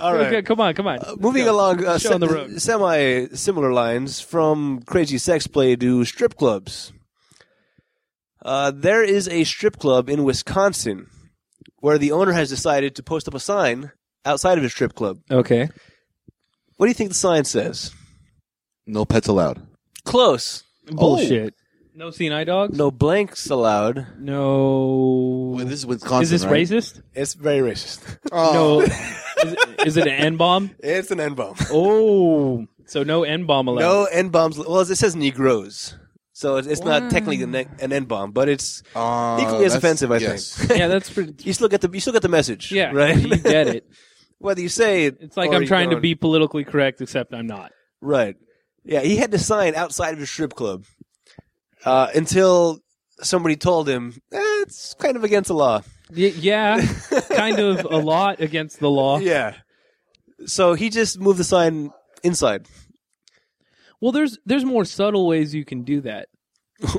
Speaker 1: all right.
Speaker 3: Okay, come on, come on.
Speaker 1: Moving along, uh,
Speaker 3: Show
Speaker 1: se-
Speaker 3: on the road.
Speaker 1: semi similar lines from crazy sex play to strip clubs. Uh, there is a strip club in Wisconsin where the owner has decided to post up a sign outside of his strip club.
Speaker 3: Okay.
Speaker 1: What do you think the sign says?
Speaker 2: No pets allowed.
Speaker 1: Close.
Speaker 3: Bullshit. No CNI dogs?
Speaker 1: No blanks allowed.
Speaker 3: No.
Speaker 2: Wait, this is Wisconsin.
Speaker 3: is this
Speaker 2: right?
Speaker 3: racist?
Speaker 1: It's very racist.
Speaker 2: Oh,
Speaker 3: No. is, it- is it an N bomb?
Speaker 1: It's an N bomb.
Speaker 3: Oh. So no N bomb allowed.
Speaker 1: No N bombs. Well, it says Negroes. So it's it's not technically an an N bomb, but it's
Speaker 2: Uh,
Speaker 1: equally as
Speaker 2: that's-
Speaker 1: offensive, I
Speaker 2: yes.
Speaker 1: think.
Speaker 3: Yeah, that's pretty.
Speaker 1: You still get the you still get the message,
Speaker 3: Yeah,
Speaker 1: right?
Speaker 3: You get it.
Speaker 1: Whether you say it,
Speaker 3: It's like
Speaker 1: or
Speaker 3: I'm
Speaker 1: you
Speaker 3: trying to
Speaker 1: don't.
Speaker 3: be politically correct, except I'm not.
Speaker 1: Right. Yeah, he had to sign outside of his strip club uh, until somebody told him eh, it's kind of against the law.
Speaker 3: Y- yeah, kind of a lot against the law.
Speaker 1: Yeah. So he just moved the sign inside.
Speaker 3: Well, there's there's more subtle ways you can do that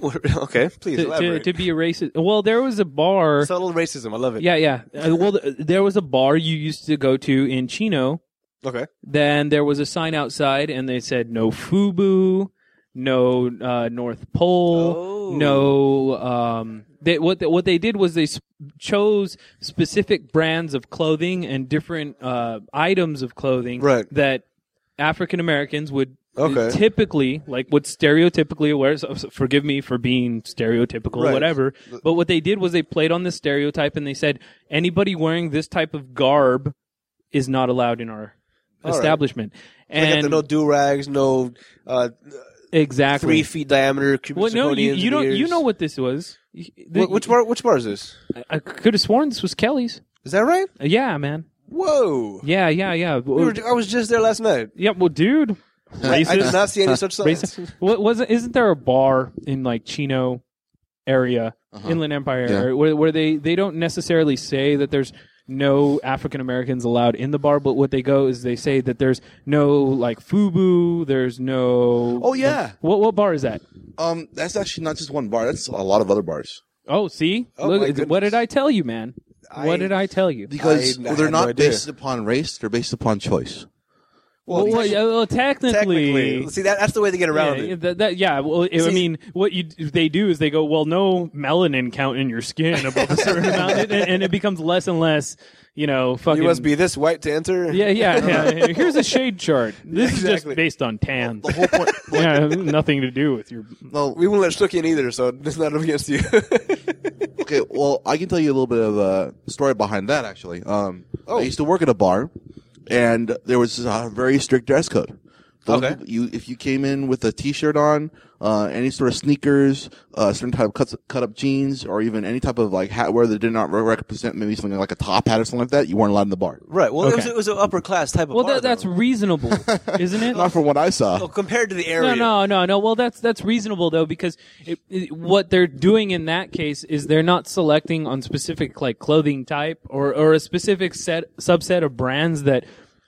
Speaker 1: okay, please
Speaker 3: to, to,
Speaker 1: elaborate.
Speaker 3: to be a racist. Well, there was a bar.
Speaker 1: Subtle racism. I love it.
Speaker 3: yeah, yeah. Uh, well, th- there was a bar you used to go to in Chino.
Speaker 1: Okay.
Speaker 3: Then there was a sign outside, and they said no FUBU, no uh, North Pole,
Speaker 1: Oh.
Speaker 3: no. Um, they, what they, what they did was they sp- chose specific brands of clothing and different uh, items of clothing
Speaker 1: Right.
Speaker 3: that African Americans would
Speaker 2: Okay.
Speaker 3: Typically, like what stereotypically wears. so- so Forgive me for being stereotypical,
Speaker 2: Right.
Speaker 3: whatever. But what they did was they played on this stereotype and they said anybody wearing this type of garb is not allowed in our
Speaker 1: right.
Speaker 3: establishment.
Speaker 1: They got
Speaker 3: And
Speaker 1: the no do rags, no uh,
Speaker 3: exactly.
Speaker 1: three feet diameter. cubic
Speaker 3: well, no, you,
Speaker 1: zirconians
Speaker 3: you
Speaker 1: in
Speaker 3: don't.
Speaker 1: the
Speaker 3: You
Speaker 1: ears.
Speaker 3: know what this was.
Speaker 1: Wh- which bar? Which bar is this?
Speaker 3: I could have sworn this was Kelly's.
Speaker 1: Is that right?
Speaker 3: Uh, Yeah, man.
Speaker 1: Whoa!
Speaker 3: Yeah, yeah, yeah.
Speaker 1: We were, I was just there last night.
Speaker 3: yeah, well, dude.
Speaker 1: I, I
Speaker 3: Racist.
Speaker 1: did not see any such signs.
Speaker 3: Racist. What was it? Isn't there a bar in like Chino area,
Speaker 2: Uh-huh.
Speaker 3: Inland Empire,
Speaker 2: Yeah.
Speaker 3: area, where where they they don't necessarily say that there's no African Americans allowed in the bar, but what they go is they say that there's no like FUBU, there's no.
Speaker 2: Oh, yeah.
Speaker 3: What what bar is that?
Speaker 2: Um, that's actually not just one bar. That's a lot of other bars
Speaker 3: Oh, see,
Speaker 1: Oh, my
Speaker 3: look, what
Speaker 1: goodness.
Speaker 3: did I tell you, man?
Speaker 1: I-
Speaker 3: what did I tell you?
Speaker 2: because
Speaker 1: I
Speaker 2: well, they're
Speaker 1: had no
Speaker 2: not
Speaker 1: idea.
Speaker 2: based upon race. They're based upon choice.
Speaker 3: Well, well, yeah, well,
Speaker 1: technically, see that, that's the way they get around
Speaker 3: Yeah,
Speaker 1: it.
Speaker 3: that- that- yeah, well, I
Speaker 1: See-
Speaker 3: mean, what you they do is they go, well, no melanin count in your skin above a certain amount, and, and it becomes less and less, you know, fucking.
Speaker 1: You must be this white to enter.
Speaker 3: Yeah, yeah, yeah. Here's a shade chart. This is
Speaker 1: Exactly.
Speaker 3: just based on tan.
Speaker 2: The whole point.
Speaker 3: yeah, nothing to do with your.
Speaker 2: well,
Speaker 1: We won't let Shook in either, so it's not up against you.
Speaker 2: okay. Well, I can tell you a little bit of a story behind that. Actually, um,
Speaker 1: Oh.
Speaker 2: I used to work at a bar, and there was a very strict dress code. Those
Speaker 1: Okay.
Speaker 2: people- you if you came in with a t-shirt on, uh, any sort of sneakers, uh, certain type of cut, cut up jeans, or even any type of like hat wear that did not re- represent maybe something like a top hat or something like that, you weren't allowed in the bar.
Speaker 1: right. Well, it, was,
Speaker 3: Okay.
Speaker 1: it was an upper class type of.
Speaker 3: Well,
Speaker 1: bar,
Speaker 3: that, that's
Speaker 1: though.
Speaker 3: reasonable, isn't it?
Speaker 2: Not from what I saw.
Speaker 1: Well, compared to the
Speaker 3: No,
Speaker 1: area.
Speaker 3: no, no, no. Well, that's that's reasonable though because it, it, what they're doing in that case is they're not selecting on specific like clothing type or or a specific set subset of brands that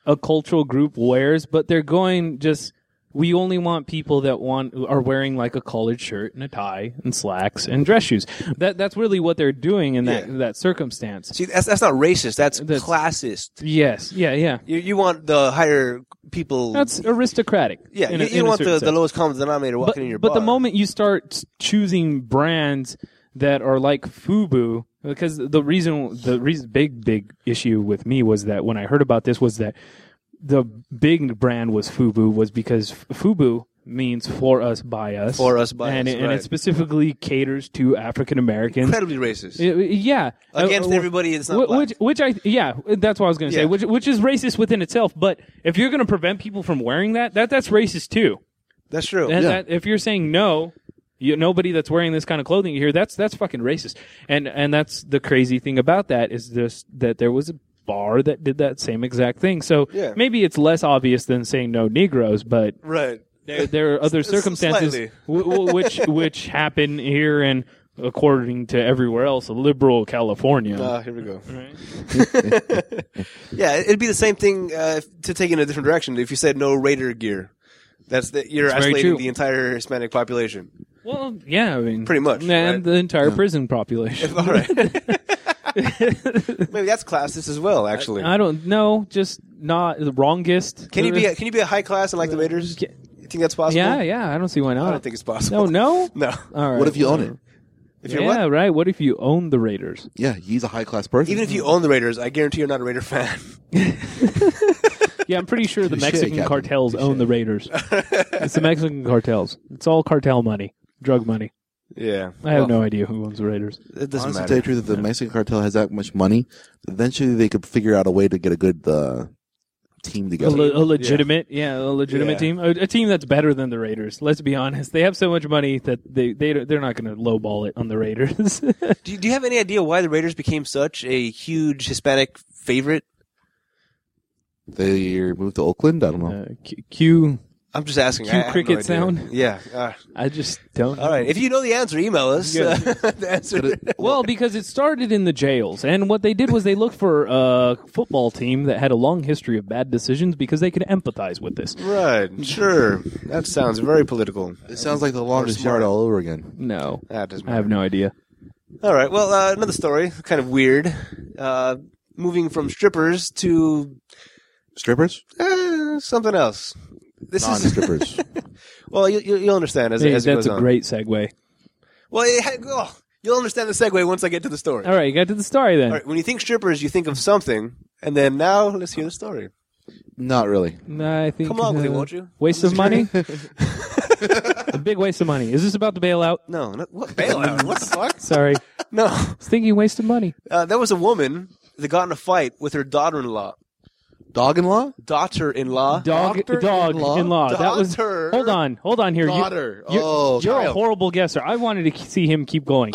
Speaker 3: a cultural group wears, but they're going just we only want people that want are wearing like a collared shirt and a tie and slacks and dress shoes. That that's really what they're doing in that that circumstance.
Speaker 1: See, that's that's not racist. That's,
Speaker 3: That's-
Speaker 1: classist.
Speaker 3: Yes. Yeah. Yeah.
Speaker 1: You you want the higher people.
Speaker 3: That's aristocratic.
Speaker 1: yeah.
Speaker 3: in
Speaker 1: you
Speaker 3: a-
Speaker 1: you
Speaker 3: in a
Speaker 1: want
Speaker 3: certain
Speaker 1: the, the
Speaker 3: sense.
Speaker 1: lowest common denominator walking
Speaker 3: but,
Speaker 1: in your
Speaker 3: but
Speaker 1: bar.
Speaker 3: the moment you start s- choosing brands that are like FUBU, because the reason, the reason, big, big issue with me was that when I heard about this was that the big brand was FUBU was because f- FUBU means for us by us
Speaker 1: For us, by
Speaker 3: and
Speaker 1: us,
Speaker 3: it, and
Speaker 1: right.
Speaker 3: it specifically caters to African Americans.
Speaker 1: incredibly racist
Speaker 3: Uh, Yeah,
Speaker 1: against
Speaker 3: Uh, uh,
Speaker 1: everybody. It's not
Speaker 3: Wh-
Speaker 1: black.
Speaker 3: which, which I, yeah, that's what I was going to
Speaker 1: Yeah.
Speaker 3: say. Which, which is racist within itself. But if you're going to prevent people from wearing that, that that's racist too.
Speaker 1: that's true.
Speaker 3: And
Speaker 2: Yeah.
Speaker 3: that, if you're saying no, you, nobody that's wearing this kind of clothing here, that's that's fucking racist. And and that's the crazy thing about that is this that there was a bar that did that same exact thing. So
Speaker 1: Yeah.
Speaker 3: maybe it's less obvious than saying no Negroes, but
Speaker 1: right.
Speaker 3: there, there are other
Speaker 1: S- s-
Speaker 3: circumstances
Speaker 1: slightly.
Speaker 3: w- w- which which happen here and according to everywhere else, liberal California.
Speaker 1: Ah, here we go.
Speaker 3: Right.
Speaker 1: Yeah, it'd be the same thing uh, if- to take it in a different direction. If you said no Raider gear, that's the, you're
Speaker 3: That's very
Speaker 1: isolating
Speaker 3: true.
Speaker 1: the entire Hispanic population.
Speaker 3: Well, yeah, I mean,
Speaker 1: Pretty much,
Speaker 3: and
Speaker 1: right?
Speaker 3: the entire prison population.
Speaker 1: All right. Maybe that's classist as well. Actually,
Speaker 3: I don't know, just not the wrongest.
Speaker 1: can you be a, can you be a high class and like the Raiders? You think that's possible?
Speaker 3: Yeah, yeah. I don't see why not.
Speaker 1: I don't think it's
Speaker 3: No,
Speaker 1: possible.
Speaker 3: no.
Speaker 1: no.
Speaker 3: All right.
Speaker 2: What if you own it?
Speaker 1: If
Speaker 3: Yeah,
Speaker 1: you're what?
Speaker 3: right. What if you own the Raiders?
Speaker 2: Yeah, he's a high class person.
Speaker 1: Even if you own the Raiders, I guarantee you're not a Raider fan.
Speaker 3: Yeah, I'm pretty sure the
Speaker 2: Touche,
Speaker 3: Mexican
Speaker 2: Captain.
Speaker 3: cartels own the Raiders. it's the Mexican cartels. It's all cartel money, drug money.
Speaker 1: yeah,
Speaker 3: I have no idea who owns the Raiders.
Speaker 1: it doesn't
Speaker 2: Honestly, to tell you
Speaker 1: matter.
Speaker 2: the truth, if the Mexican cartel has that much money, eventually they could figure out a way to get a good uh, team
Speaker 3: A,
Speaker 2: together.
Speaker 3: le- a legitimate, yeah. a legitimate
Speaker 1: Yeah.
Speaker 3: team, a, a team that's better than the Raiders. Let's be honest. They have so much money that they they don't- they're not going to lowball it on the Raiders.
Speaker 1: Do you, do you have any idea why the Raiders became such a huge Hispanic favorite?
Speaker 2: they moved to Oakland. I don't know.
Speaker 3: uh, Q- Q.
Speaker 1: I'm just asking.
Speaker 3: Cue
Speaker 1: I have no
Speaker 3: cricket
Speaker 1: idea.
Speaker 3: sound.
Speaker 1: Yeah. Uh,
Speaker 3: I just don't.
Speaker 1: all right. If you know the answer, email us.
Speaker 3: Yeah.
Speaker 1: Uh, the answer.
Speaker 3: Well, because it started in the jails, and what they did was they looked for a football team that had a long history of bad decisions because they could empathize with this.
Speaker 1: Right. Sure. That sounds very political.
Speaker 2: It sounds like the longest
Speaker 1: smart.
Speaker 2: yard all over again.
Speaker 3: No,
Speaker 1: That doesn't
Speaker 3: I have no idea.
Speaker 1: All right. Well, uh, another story, kind of weird. Uh, moving from strippers to
Speaker 2: Strippers,
Speaker 1: uh, something else. This is
Speaker 2: non-strippers.
Speaker 1: well, you, you, you'll understand as,
Speaker 3: Hey,
Speaker 1: as it goes
Speaker 3: that's a
Speaker 1: on.
Speaker 3: great segue.
Speaker 1: well, it had- oh, you'll understand the segue once I get to the story.
Speaker 3: All right, you got to the story then.
Speaker 1: All right. When you think strippers, you think of something, and then now let's hear the story.
Speaker 2: Not really.
Speaker 3: Nah, I think.
Speaker 1: Come along with
Speaker 3: uh,
Speaker 1: it, won't you?
Speaker 3: Waste of money. a big waste of money. Is this about the bailout?
Speaker 1: No, no what bailout? what the fuck?
Speaker 3: Sorry, I
Speaker 1: No,
Speaker 3: was thinking waste of money.
Speaker 1: uh, there was a woman that got in a fight with her daughter-in-law.
Speaker 2: Dog in law?
Speaker 1: Daughter-in-law.
Speaker 3: Dog, dog
Speaker 2: Doctor-in-law?
Speaker 3: in law. That was.
Speaker 1: Doctor.
Speaker 3: Hold on, hold on here. You-
Speaker 2: Daughter.
Speaker 3: You're,
Speaker 2: Oh,
Speaker 3: you're a
Speaker 2: child.
Speaker 3: horrible guesser. I wanted to k- see him keep going.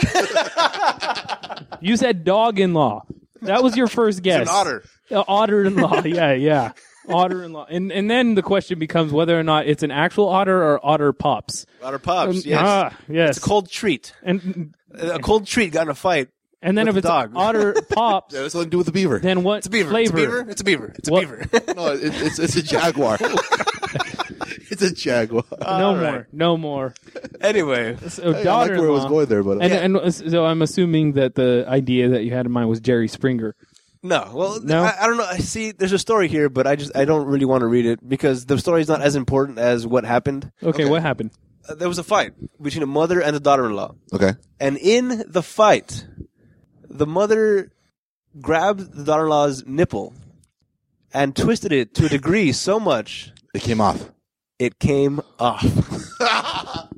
Speaker 3: you said dog in law. That was your first guess. Uh,
Speaker 1: otter.
Speaker 3: otter in law. Yeah, yeah. Otter in law. And and then the question becomes whether or not it's an actual otter or otter pops.
Speaker 1: daughter pops. Yes.
Speaker 3: Ah, yes.
Speaker 1: It's a cold treat.
Speaker 3: and
Speaker 1: A cold treat got in a fight.
Speaker 3: and then
Speaker 1: With
Speaker 3: if
Speaker 1: the
Speaker 3: it's
Speaker 1: dog.
Speaker 3: otter pops,
Speaker 2: Yeah, that's something to do with the beaver.
Speaker 3: then what
Speaker 1: It's a beaver.
Speaker 3: flavor?
Speaker 1: It's a beaver. It's a beaver. It's a
Speaker 3: What-
Speaker 1: beaver.
Speaker 2: No, it, it's it's a jaguar. it's a jaguar.
Speaker 3: No
Speaker 1: All
Speaker 3: more.
Speaker 1: right.
Speaker 3: No more.
Speaker 1: anyway,
Speaker 3: So
Speaker 2: Hey, I like
Speaker 3: daughter
Speaker 2: where I was going there, but uh,
Speaker 3: And, and uh, so I'm assuming that the idea that you had in mind was Jerry Springer.
Speaker 1: no. Well,
Speaker 3: No?
Speaker 1: I, I don't know. I see. There's a story here, but I just I don't really want to read it because the story's not as important as what happened.
Speaker 3: Okay,
Speaker 2: Okay.
Speaker 3: what happened?
Speaker 1: Uh, there was a fight between a mother and a daughter-in-law.
Speaker 2: okay.
Speaker 1: And in the fight, the mother grabbed the daughter in law's nipple and twisted it to a degree so much
Speaker 2: It came off.
Speaker 1: it came off.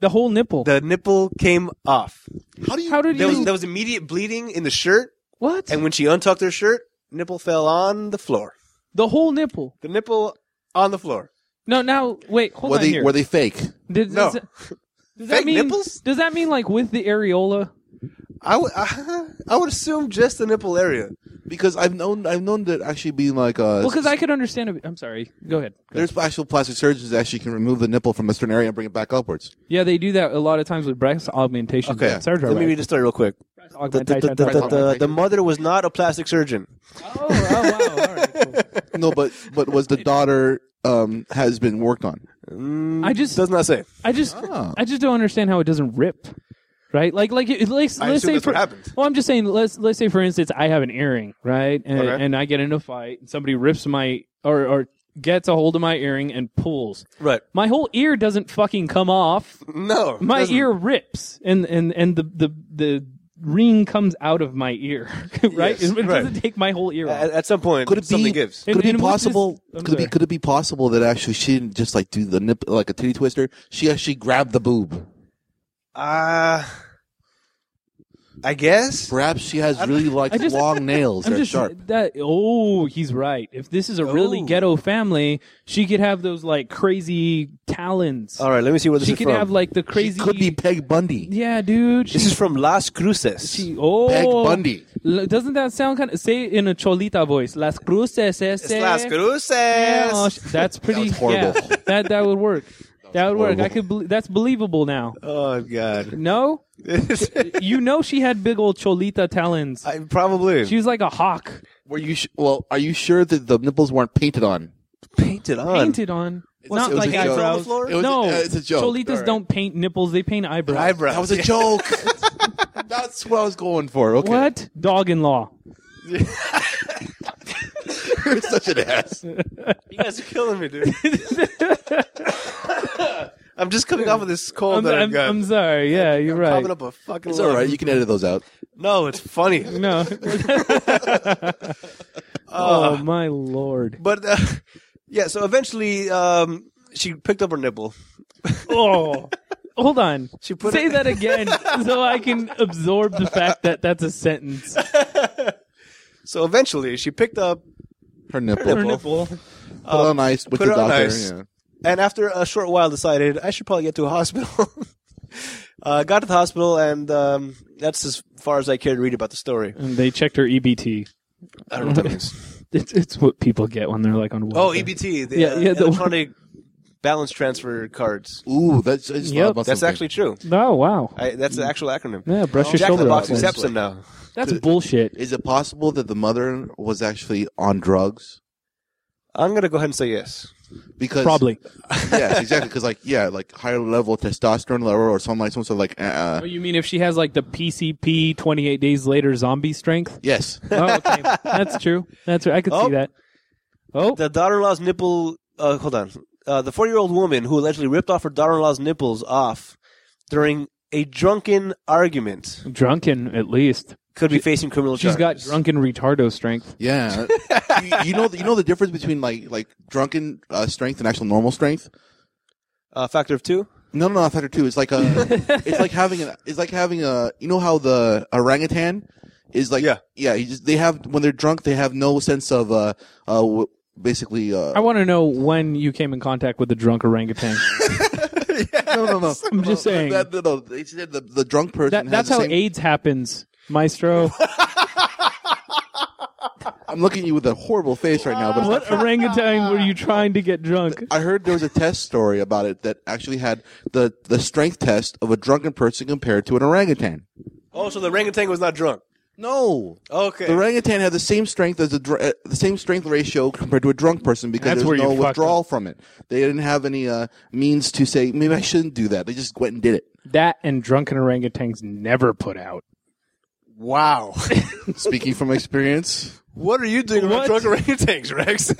Speaker 3: The whole nipple.
Speaker 1: the nipple came off.
Speaker 2: How do you?
Speaker 3: How did
Speaker 1: There was,
Speaker 3: you?
Speaker 1: there was immediate bleeding in the shirt,
Speaker 3: what?
Speaker 1: and when she untucked her shirt, nipple fell on the floor.
Speaker 3: the whole nipple.
Speaker 1: The nipple on the floor.
Speaker 3: No, now wait. Hold
Speaker 2: were
Speaker 3: on
Speaker 2: they
Speaker 3: here.
Speaker 2: were they fake?
Speaker 3: Did-
Speaker 1: No.
Speaker 3: does, that- does that
Speaker 1: Fake
Speaker 3: mean
Speaker 1: nipples?
Speaker 3: Does that mean like with the areola?
Speaker 1: I would- I would assume just the nipple area.
Speaker 2: Because I've known I've known that actually being like uh,
Speaker 3: Well, because I could understand. A, I'm sorry. Go ahead. Go ahead.
Speaker 2: there's actual plastic surgeons that actually can remove the nipple from a certain area and bring it back upwards.
Speaker 3: Yeah, they do that a lot of times with breast augmentation.
Speaker 2: Okay.
Speaker 3: surgery.
Speaker 1: Let me read the story real quick.
Speaker 3: breast
Speaker 1: The, the,
Speaker 3: augmentation.
Speaker 1: the, the,
Speaker 3: sorry.
Speaker 1: the, the mother was not a plastic surgeon.
Speaker 3: oh, oh, wow. All right. cool.
Speaker 2: No, but but was the daughter um has been worked on?
Speaker 1: Mm,
Speaker 3: I just-
Speaker 1: does not say.
Speaker 3: I just,
Speaker 2: Oh.
Speaker 3: I just don't understand how it doesn't rip. Right, like, like, it, let's
Speaker 1: I
Speaker 3: let's
Speaker 1: assume
Speaker 3: say
Speaker 1: that's
Speaker 3: for
Speaker 1: what happened.
Speaker 3: well, I'm just saying, let's let's say for instance, I have an earring, right, and,
Speaker 1: Okay.
Speaker 3: and I get in a fight, and somebody rips my or or gets a hold of my earring and pulls.
Speaker 1: Right.
Speaker 3: My whole ear doesn't fucking come off.
Speaker 1: No. it
Speaker 3: my
Speaker 1: doesn't.
Speaker 3: ear rips and and and the the the ring comes out of my ear right
Speaker 1: Yes,
Speaker 3: it, it
Speaker 1: right.
Speaker 3: doesn't take my whole ear
Speaker 1: At,
Speaker 3: off.
Speaker 1: at some point,
Speaker 2: Could it
Speaker 1: something
Speaker 2: be?
Speaker 1: gives.
Speaker 2: Could it be
Speaker 3: And- and what's this-
Speaker 2: possible?
Speaker 3: I'm
Speaker 2: Could it be?
Speaker 3: sorry.
Speaker 2: Could it be possible that actually she didn't just like do the nip like a titty twister? She actually grabbed the boob.
Speaker 1: Uh, I guess.
Speaker 2: Perhaps she has really like
Speaker 3: I just-
Speaker 2: long nails.
Speaker 3: I'm
Speaker 2: They're
Speaker 3: just
Speaker 2: sharp.
Speaker 3: that oh he's right if this is a really
Speaker 1: Oh.
Speaker 3: ghetto family she could have those like crazy talons
Speaker 2: Uh,
Speaker 1: All right, let me see where this
Speaker 3: she
Speaker 1: is
Speaker 3: could
Speaker 1: from.
Speaker 3: have like the
Speaker 2: She
Speaker 3: crazy
Speaker 2: could be Peg Bundy.
Speaker 3: yeah dude
Speaker 1: this
Speaker 3: she-
Speaker 1: is from Las Cruces.
Speaker 3: she- oh
Speaker 2: Peg Bundy.
Speaker 3: L- doesn't that sound kind of say it in a cholita voice las cruces ese
Speaker 1: It's Las Cruces.
Speaker 3: Yeah, sh- that's pretty
Speaker 2: was horrible.
Speaker 3: yeah, that that would work that, would work
Speaker 2: horrible.
Speaker 3: i could bel that's believable now
Speaker 1: Oh God.
Speaker 3: no you know she had big old cholita talons.
Speaker 1: I, probably
Speaker 3: She was like a hawk
Speaker 2: Were you sh- well? Are you sure that the nipples weren't painted on?
Speaker 1: painted on.
Speaker 3: painted on. Not
Speaker 2: it was
Speaker 3: like
Speaker 2: a joke.
Speaker 1: on the
Speaker 3: eyebrows.
Speaker 1: floor?
Speaker 2: It was-
Speaker 3: no,
Speaker 2: uh, it's a joke.
Speaker 3: Cholitas
Speaker 2: All right.
Speaker 3: don't paint nipples; they paint eyebrows.
Speaker 1: Eyebrows.
Speaker 2: That was a joke. That's what I was going for. Okay.
Speaker 3: What dog-in-law?
Speaker 2: You're such an ass.
Speaker 1: You guys are killing me, dude. I'm just coming off of this cold
Speaker 3: I'm,
Speaker 1: that I've
Speaker 3: I'm,
Speaker 1: got.
Speaker 3: I'm sorry. Yeah, you're right.
Speaker 1: Popping up a fucking.
Speaker 2: It's all right.
Speaker 1: lung.
Speaker 2: You can edit those out.
Speaker 1: No, it's funny.
Speaker 3: No. oh
Speaker 2: Ah.
Speaker 3: my lord.
Speaker 1: But uh, yeah, so eventually, um, she picked up her nipple.
Speaker 3: Oh. Hold on.
Speaker 1: She put
Speaker 3: Say
Speaker 1: it-
Speaker 3: that again so I can absorb the fact that that's a sentence.
Speaker 1: So eventually, she picked up
Speaker 2: Her nipple.
Speaker 3: Her nipple.
Speaker 2: Put it on ice with
Speaker 1: oh, put
Speaker 2: the
Speaker 1: it on
Speaker 2: doctor.
Speaker 1: ice.
Speaker 2: yeah.
Speaker 1: and after a short while decided I should probably get to a hospital. uh, got to the hospital, and um, that's as far as I care to read about the story.
Speaker 3: And they checked her EBT.
Speaker 1: I don't know what that means.
Speaker 3: It's, it's what people get when they're like on
Speaker 1: Oh,
Speaker 2: E
Speaker 3: welfare.
Speaker 1: EBT, the
Speaker 3: Yeah,
Speaker 1: uh,
Speaker 3: yeah, the-
Speaker 1: electronic balance transfer cards.
Speaker 2: Ooh, that's I just
Speaker 3: Yep.
Speaker 2: thought about
Speaker 1: That's
Speaker 2: something.
Speaker 1: actually true.
Speaker 3: Oh wow!
Speaker 1: I, that's the actual acronym.
Speaker 3: Yeah, brush your
Speaker 1: Jack in
Speaker 3: shoulder
Speaker 1: the Box
Speaker 3: off.
Speaker 1: accepts them now.
Speaker 3: That's bullshit.
Speaker 2: Is it possible that the mother was actually on drugs?
Speaker 1: I'm gonna go ahead and say yes.
Speaker 2: Because
Speaker 3: Probably.
Speaker 2: yes, exactly. Because like yeah, like higher level testosterone level or something like some sort of like uh, uh,
Speaker 3: Oh, you mean if she has like the PCP 28 days later zombie strength?
Speaker 2: yes.
Speaker 3: Oh, okay. That's true. That's right. I could
Speaker 1: Oh.
Speaker 3: see that. Oh,
Speaker 1: The daughter-in-law's nipple. Uh, hold on. Uh, the four-year-old woman who allegedly ripped off her daughter-in-law's nipples off during a drunken argument.
Speaker 3: drunken at least.
Speaker 1: could be facing criminal
Speaker 3: She's got
Speaker 1: charges.
Speaker 3: drunken retardo strength.
Speaker 2: Yeah, you, you know, you know the difference between like like drunken uh, strength and actual normal strength.
Speaker 1: uh, factor of two.
Speaker 2: No, no, no, factor two. It's like a, it's like having an, it's like having a, you know how the orangutan is like,
Speaker 1: Yeah.
Speaker 2: yeah. You just, they have when they're drunk, they have no sense of, uh, uh, w- basically, uh,
Speaker 3: I want to know when you came in contact with the drunk orangutan.
Speaker 2: no, no, no.
Speaker 3: I'm just
Speaker 2: No,
Speaker 3: saying.
Speaker 2: That, no, no, they said the, the drunk person.
Speaker 3: That,
Speaker 2: has
Speaker 3: that's
Speaker 2: the
Speaker 3: how
Speaker 2: same-
Speaker 3: AIDS happens, Maestro.
Speaker 2: I'm looking at you with a horrible face right now, but it's not
Speaker 3: what orangutan were you trying to get drunk?
Speaker 2: I heard there was a test story about it that actually had the, the strength test of a drunken person compared to an orangutan.
Speaker 1: Oh, so the orangutan was not drunk.
Speaker 2: No,
Speaker 1: Okay.
Speaker 2: the orangutan had the same strength as a dr- uh, the same strength ratio compared to a drunk person because
Speaker 3: That's
Speaker 2: there
Speaker 3: where
Speaker 2: was
Speaker 3: you
Speaker 2: no
Speaker 3: fucked
Speaker 2: withdrawal from it. They didn't have any uh, means to say maybe I shouldn't do that. They just went and did it.
Speaker 3: That and drunken orangutans never put out.
Speaker 1: wow.
Speaker 2: Speaking from experience,
Speaker 1: what are you doing
Speaker 3: What?
Speaker 1: with drunk orangutans, Rex?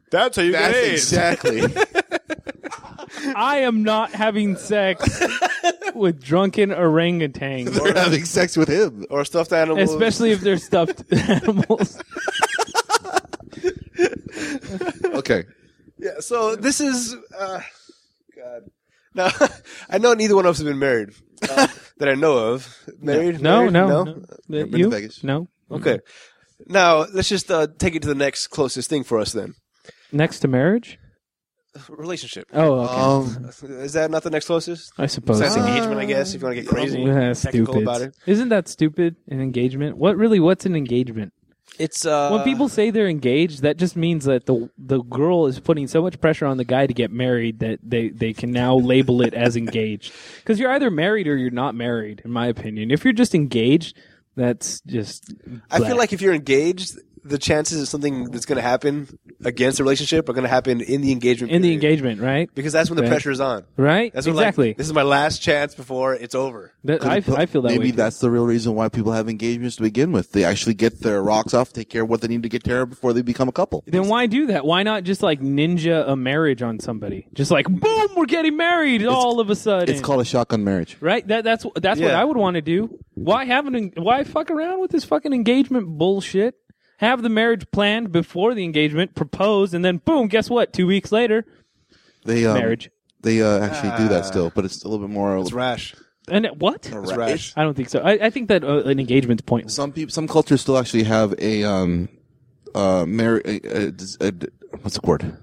Speaker 1: That's how you
Speaker 2: that's exactly.
Speaker 3: I am not having sex with drunken orangutans,
Speaker 2: We're having sex with him.
Speaker 1: Or stuffed animals.
Speaker 3: especially if they're stuffed animals.
Speaker 2: Okay,
Speaker 1: Yeah, so this is uh, God. Now I know neither one of us have been married uh, that I know of. Married?
Speaker 3: No,
Speaker 1: Married?
Speaker 3: no, no.
Speaker 2: Never been to
Speaker 3: You?
Speaker 2: Vegas.
Speaker 3: No.
Speaker 1: Okay. Now let's just uh, take it to the next closest thing for us then.
Speaker 3: Next to marriage?
Speaker 1: Relationship.
Speaker 3: Oh, okay.
Speaker 2: um, Ah.
Speaker 1: Is that not the next closest?
Speaker 3: I suppose.
Speaker 1: Besides
Speaker 3: so.
Speaker 1: engagement, I guess, if you want to get crazy
Speaker 3: Oh, Yeah,
Speaker 1: technical
Speaker 3: stupid.
Speaker 1: about it.
Speaker 3: Isn't that stupid? An engagement? What really? What's an engagement?
Speaker 1: It's uh
Speaker 3: when people say they're engaged, that just means that the the girl is putting so much pressure on the guy to get married that they, they can now label it as engaged. Because you're either married or you're not married, in my opinion. If you're just engaged, that's just.
Speaker 1: I
Speaker 3: black.
Speaker 1: feel like if you're engaged, the chances of something that's gonna happen against the relationship are gonna happen in the engagement
Speaker 3: in the
Speaker 1: period.
Speaker 3: engagement, right?
Speaker 1: because that's when the
Speaker 3: Right.
Speaker 1: pressure is on.
Speaker 3: Right?
Speaker 1: That's when, like,
Speaker 3: exactly.
Speaker 1: this is my last chance before it's over.
Speaker 3: That- I, I feel that
Speaker 2: maybe
Speaker 3: way. too.
Speaker 2: that's the real reason why people have engagements to begin with. They actually get their rocks off, take care of what they need to get care of before they become a couple.
Speaker 3: Then why do that? Why not just like ninja a marriage on somebody? Just like boom, we're getting married all of a sudden.
Speaker 2: It's called a shotgun marriage.
Speaker 3: Right? That that's that's what
Speaker 1: Yeah.
Speaker 3: I would want to do. Why have an why fuck around with this fucking engagement bullshit? Have the marriage planned before the engagement, propose, and then boom, guess what? Two weeks later,
Speaker 2: They um,
Speaker 3: marriage.
Speaker 2: They uh, actually do that still, but it's a little bit more.
Speaker 1: It's rash.
Speaker 3: And it- what?
Speaker 1: It's
Speaker 2: Right.
Speaker 1: rash.
Speaker 3: I don't think so. I, I think that uh, an engagement's pointless.
Speaker 2: some people, some cultures still actually have a um, uh, marriage. A, a- a- what's the word?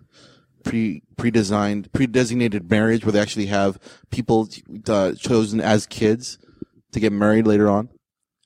Speaker 2: Pre pre-designed, pre-designated marriage where they actually have people uh, chosen as kids to get married later on.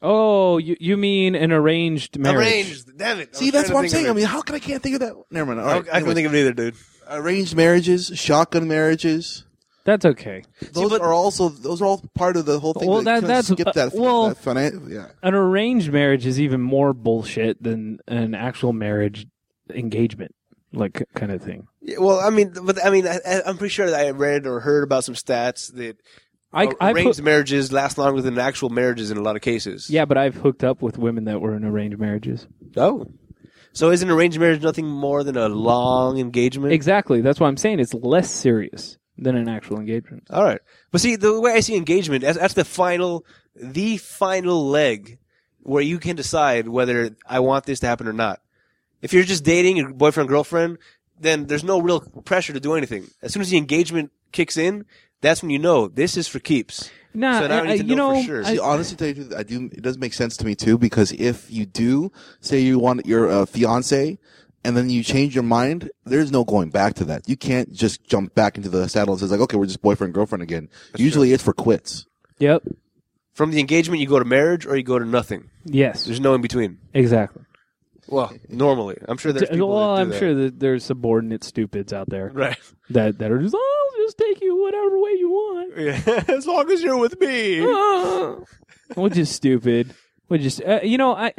Speaker 3: Oh, you you mean an arranged marriage?
Speaker 1: Arranged. Damn it. I
Speaker 2: See,
Speaker 1: was trying
Speaker 2: that's
Speaker 1: to
Speaker 2: what I'm
Speaker 1: think of
Speaker 2: saying.
Speaker 1: it.
Speaker 2: I mean, how can I can't think of that? Never mind. All right.
Speaker 1: I, I couldn't
Speaker 2: Anyways,
Speaker 1: think of it either, dude.
Speaker 2: arranged marriages, shotgun marriages.
Speaker 3: That's okay.
Speaker 2: Those
Speaker 1: but-
Speaker 2: are also those are all part of the whole thing.
Speaker 3: Well,
Speaker 2: that,
Speaker 3: that-
Speaker 2: kinda
Speaker 3: that's-
Speaker 2: skip that.
Speaker 3: uh, well-
Speaker 2: that finan- yeah.
Speaker 3: An arranged marriage is even more bullshit than an actual marriage engagement, like kind of thing.
Speaker 1: Yeah, well, I mean, but I mean, I, I- I'm pretty sure that I read or heard about some stats that
Speaker 3: I, I put-
Speaker 1: Oh, arranged marriages last longer than actual marriages in a lot of cases.
Speaker 3: yeah, but I've hooked up with women that were in arranged marriages.
Speaker 1: Oh. So is an arranged marriage nothing more than a long engagement?
Speaker 3: Exactly. That's what I'm saying. It's less serious than an actual engagement.
Speaker 1: All right. But see, the way I see engagement, that's, that's the final, the final leg where you can decide whether I want this to happen or not. If you're just dating your boyfriend, girlfriend, then there's no real pressure to do anything. As soon as the engagement kicks in, that's when you know this is for keeps.
Speaker 3: Nah,
Speaker 1: So now I
Speaker 3: I-
Speaker 1: need to
Speaker 3: you
Speaker 1: know
Speaker 3: know,
Speaker 1: for sure.
Speaker 3: I-
Speaker 2: See, honestly, tell you, the truth, I do. It does make sense to me too because if you do say you want your uh, fiance, and then you change your mind, there's no going back to that. You can't just jump back into the saddle and says like, okay, we're just boyfriend girlfriend again. Usually, it's for quits.
Speaker 3: Yep.
Speaker 1: From the engagement, you go to marriage or you go to nothing.
Speaker 3: Yes.
Speaker 1: There's no in between.
Speaker 3: Exactly.
Speaker 1: Well, normally, I'm sure there's
Speaker 3: D-
Speaker 1: people.
Speaker 3: Well,
Speaker 1: that do
Speaker 3: I'm
Speaker 1: that.
Speaker 3: sure that there's subordinate stupids out there
Speaker 1: Right.
Speaker 3: that, that are just, oh, I'll just take you whatever way you want.
Speaker 1: Yeah. as long as you're with me.
Speaker 3: Ah. Which is stupid. Which is, uh, you know, I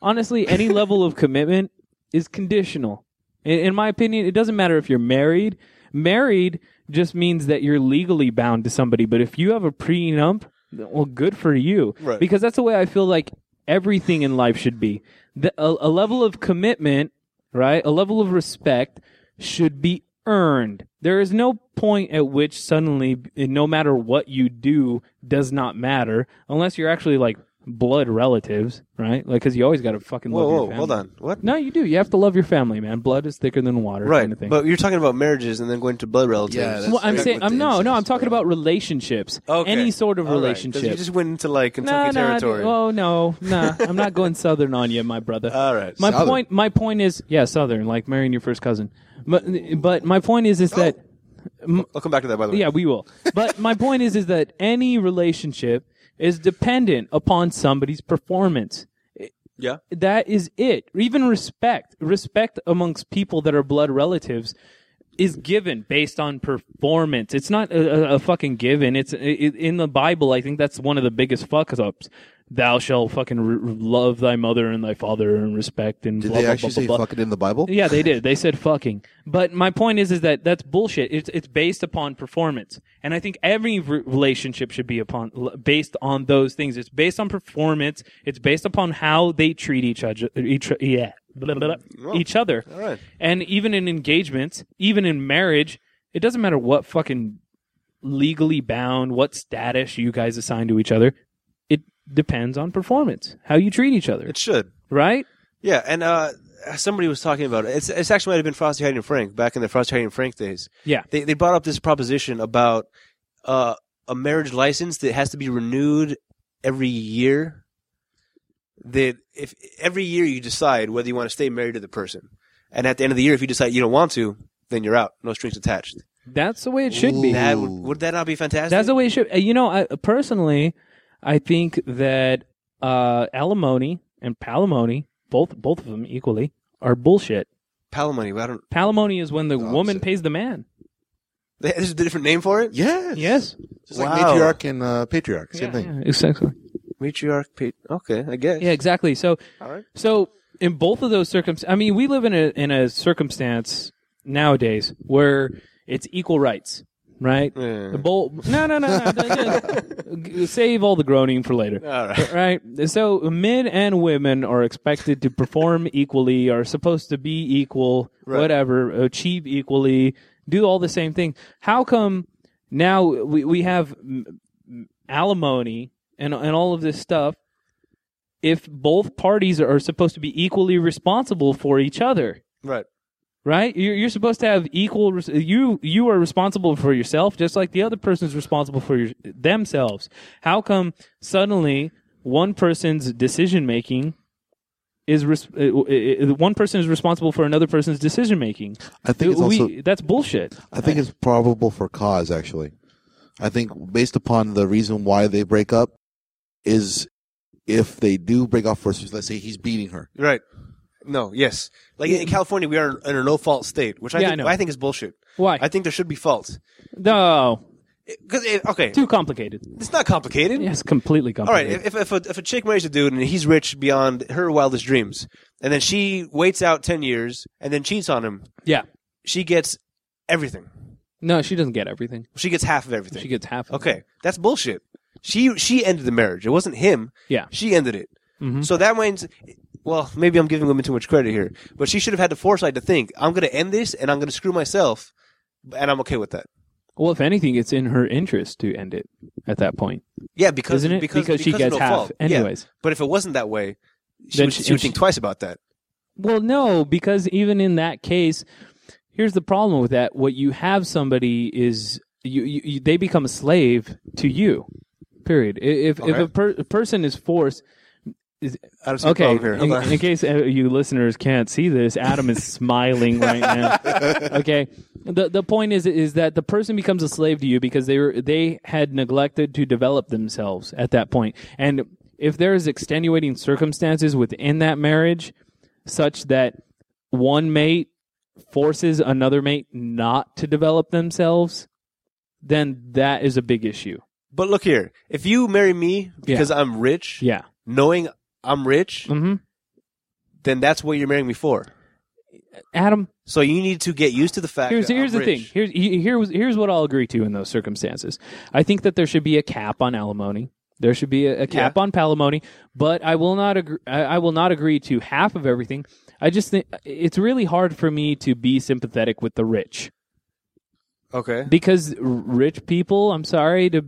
Speaker 3: honestly, any level of commitment is conditional. In, in my opinion, it doesn't matter if you're married. Married just means that you're legally bound to somebody. But if you have a prenup, th- well, good for you.
Speaker 1: Right.
Speaker 3: Because that's the way I feel like everything in life should be. The, a, a level of commitment, right? A level of respect should be earned. There is no point at eh, which suddenly, no matter what you do, does not matter unless you're actually like blood relatives, right? Like, because you always got to fucking
Speaker 1: Whoa,
Speaker 3: love your
Speaker 1: whoa,
Speaker 3: family.
Speaker 1: hold on. What?
Speaker 3: No, you do. You have to love your family, man. Blood is thicker than water,
Speaker 1: Right,
Speaker 3: Kind of thing.
Speaker 1: but you're talking about marriages and then going to blood relatives.
Speaker 2: Yeah, that's
Speaker 3: well, I'm
Speaker 2: right
Speaker 3: saying,
Speaker 2: with
Speaker 3: I'm
Speaker 2: the
Speaker 3: no, no. I'm
Speaker 2: incest,
Speaker 3: talking
Speaker 2: right.
Speaker 3: about relationships.
Speaker 1: Okay.
Speaker 3: Any sort of
Speaker 1: All right, 'cause
Speaker 3: relationship.
Speaker 1: You just went into like
Speaker 3: nah,
Speaker 1: Kentucky
Speaker 3: nah,
Speaker 1: territory.
Speaker 3: dude. oh no, nah. I'm not going southern on you, my brother.
Speaker 1: All right.
Speaker 3: My
Speaker 2: Southern.
Speaker 3: point. My point is, yeah, southern, like marrying your first cousin. But but my point is,
Speaker 1: Oh.
Speaker 3: is that
Speaker 1: I'll come back to that by the way.
Speaker 3: yeah, we will. But my point is, is that any relationship is dependent upon somebody's performance.
Speaker 1: Yeah.
Speaker 3: That is it. Even respect, respect amongst people that are blood relatives is given based on performance. It's not a, a, a fucking given. It's i i- in the Bible. I think that's one of the biggest fuck ups. Thou shalt fucking re- love thy mother and thy father and respect and
Speaker 2: Did
Speaker 3: blah,
Speaker 2: they
Speaker 3: blah,
Speaker 2: actually
Speaker 3: blah, blah,
Speaker 2: say
Speaker 3: blah.
Speaker 2: fuck it in the Bible?
Speaker 3: Yeah, they did. They said fucking. But my point is, is that that's bullshit. It's it's based upon performance, and I think every re- relationship should be upon l- based on those things. It's based on performance. It's based upon how they treat each other. Each yeah, blah, blah, blah, each other.
Speaker 1: All right.
Speaker 3: And even in engagements, even in marriage, it doesn't matter what fucking legally bound, what status you guys assign to each other. It depends on performance, how you treat each other,
Speaker 1: It should.
Speaker 3: right?
Speaker 1: Yeah, and uh, somebody was talking about it. It's, it's actually might have been Frosty Heidi and Frank back in the Frosty Heidi and Frank days.
Speaker 3: Yeah.
Speaker 1: They they brought up this proposition about uh, a marriage license that has to be renewed every year. That if every year you decide whether you want to stay married to the person, and at the end of the year, if you decide you don't want to, then you're out. No strings attached.
Speaker 3: That's the way it should be.
Speaker 2: Ooh.
Speaker 1: That would, would that not be fantastic?
Speaker 3: That's the way it should. uh, You know, I, personally, I think that uh, alimony and palimony, both both of them equally, are bullshit.
Speaker 1: palimony. I don't.
Speaker 3: Palimony is when the
Speaker 2: The
Speaker 3: woman
Speaker 2: opposite.
Speaker 3: pays the man.
Speaker 1: There's a different name for it.
Speaker 2: Yes.
Speaker 3: Yes,
Speaker 2: Just like
Speaker 1: Wow.
Speaker 2: matriarch and uh, patriarch, same
Speaker 3: Yeah,
Speaker 2: thing.
Speaker 3: yeah, exactly.
Speaker 1: Matriarch. Pa- okay, I guess.
Speaker 3: Yeah, exactly. So,
Speaker 1: All right.
Speaker 3: so in both of those circumstances, I mean, we live in a in a circumstance nowadays where it's equal rights, right?
Speaker 1: Yeah.
Speaker 3: The bull- no, no, no, no. G- Save all the groaning for later.
Speaker 1: All right.
Speaker 3: right? So men and women are expected to perform equally, are supposed to be equal,
Speaker 1: Right.
Speaker 3: whatever, achieve equally, do all the same thing. How come now we we have m- m- alimony and and all of this stuff? If both parties are supposed to be equally responsible for each other,
Speaker 1: Right.
Speaker 3: right? You're, you're supposed to have equal. res- You you are responsible for yourself, just like the other person is responsible for your, themselves. How come suddenly one person's decision making is res, uh, uh, uh, one person is responsible for another person's decision making?
Speaker 2: I think it's also
Speaker 3: that's bullshit.
Speaker 2: I think it's probable for cause actually. I think based upon the reason why they break up is if they do break up first, let's say he's beating her.
Speaker 1: Right. No. Yes. Like in California, we are in a no fault state, which I
Speaker 3: Yeah,
Speaker 1: think,
Speaker 3: I
Speaker 1: I,
Speaker 3: know.
Speaker 1: think is bullshit.
Speaker 3: Why?
Speaker 1: I think there should be fault.
Speaker 3: no,
Speaker 1: 'Cause it- okay,
Speaker 3: too complicated.
Speaker 1: it's not complicated.
Speaker 3: Yeah, it's completely
Speaker 1: All right.
Speaker 3: complicated.
Speaker 1: If if a, if a chick marries a dude and he's rich beyond her wildest dreams, and then she waits out ten years and then cheats on him,
Speaker 3: yeah.
Speaker 1: she gets everything.
Speaker 3: No, she doesn't get everything.
Speaker 1: She gets half of everything.
Speaker 3: She gets half. Of it.
Speaker 1: okay, that's bullshit. She she ended the marriage. It wasn't him.
Speaker 3: Yeah.
Speaker 1: She ended it.
Speaker 3: Mhm.
Speaker 1: So that means, well, maybe I'm giving women too much credit here, but she should have had the foresight to think, I'm going to end this and I'm going to screw myself, and I'm okay with that.
Speaker 3: Well, if anything, it's in her interest to end it at that point,
Speaker 1: Yeah, because
Speaker 3: isn't it?
Speaker 1: Because,
Speaker 3: she
Speaker 1: of
Speaker 3: gets
Speaker 1: no
Speaker 3: half,
Speaker 1: fault. Yeah.
Speaker 3: anyways.
Speaker 1: But if it wasn't that way, she
Speaker 3: Then
Speaker 1: would,
Speaker 3: she-
Speaker 1: she would
Speaker 3: she-
Speaker 1: think twice about that.
Speaker 3: Well, no, because even in that case, here's the problem with that. What you have somebody is you, you, you they become a slave to you. Period. I- If if
Speaker 1: Okay.
Speaker 3: a, per, a person is forced,
Speaker 1: I don't see a
Speaker 3: okay.
Speaker 1: problem here. Hold
Speaker 3: In,
Speaker 1: on.
Speaker 3: in case uh, you listeners can't see this, Adam is smiling right now. Okay. The the point is is that the person becomes a slave to you because they were they had neglected to develop themselves at that point. And if there is extenuating circumstances within that marriage, such that one mate forces another mate not to develop themselves, then that is a big issue.
Speaker 1: But look here, if you marry me because I'm rich,
Speaker 3: Yeah.
Speaker 1: knowing I'm rich,
Speaker 3: Mm-hmm.
Speaker 1: then that's what you're marrying me for.
Speaker 3: Adam,
Speaker 1: So you need to get used to the fact.
Speaker 3: here's
Speaker 1: that
Speaker 3: here's the
Speaker 1: I'm
Speaker 3: thing.
Speaker 1: rich.
Speaker 3: Here's he- here was here's what I'll agree to in those circumstances. I think that there should be a cap on alimony. There should be a, a cap on palimony, but I will not agree. I, I will not agree to half of everything. I just think it's really hard for me to be sympathetic with the rich.
Speaker 1: Okay.
Speaker 3: because r- rich people i'm sorry to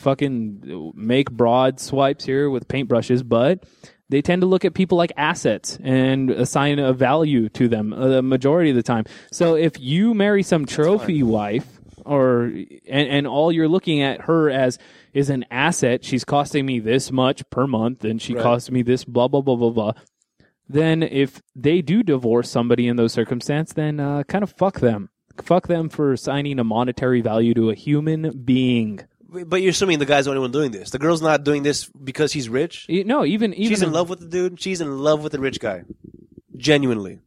Speaker 3: fucking make broad swipes here with paintbrushes but they tend to look at people like assets and assign a value to them uh, the majority of the time so if you marry some trophy wife or and, and all you're looking at her as is an asset she's costing me this much per month and she costs me this blah blah blah blah blah then if they do divorce somebody in those circumstances, then uh, kind of fuck them. Fuck them for assigning a monetary value to a human being.
Speaker 1: But you're assuming the guy's the only one doing this. The girl's not doing this because he's rich.
Speaker 3: E- No, even even
Speaker 1: She's in love with the dude. She's in love with the rich guy. Genuinely.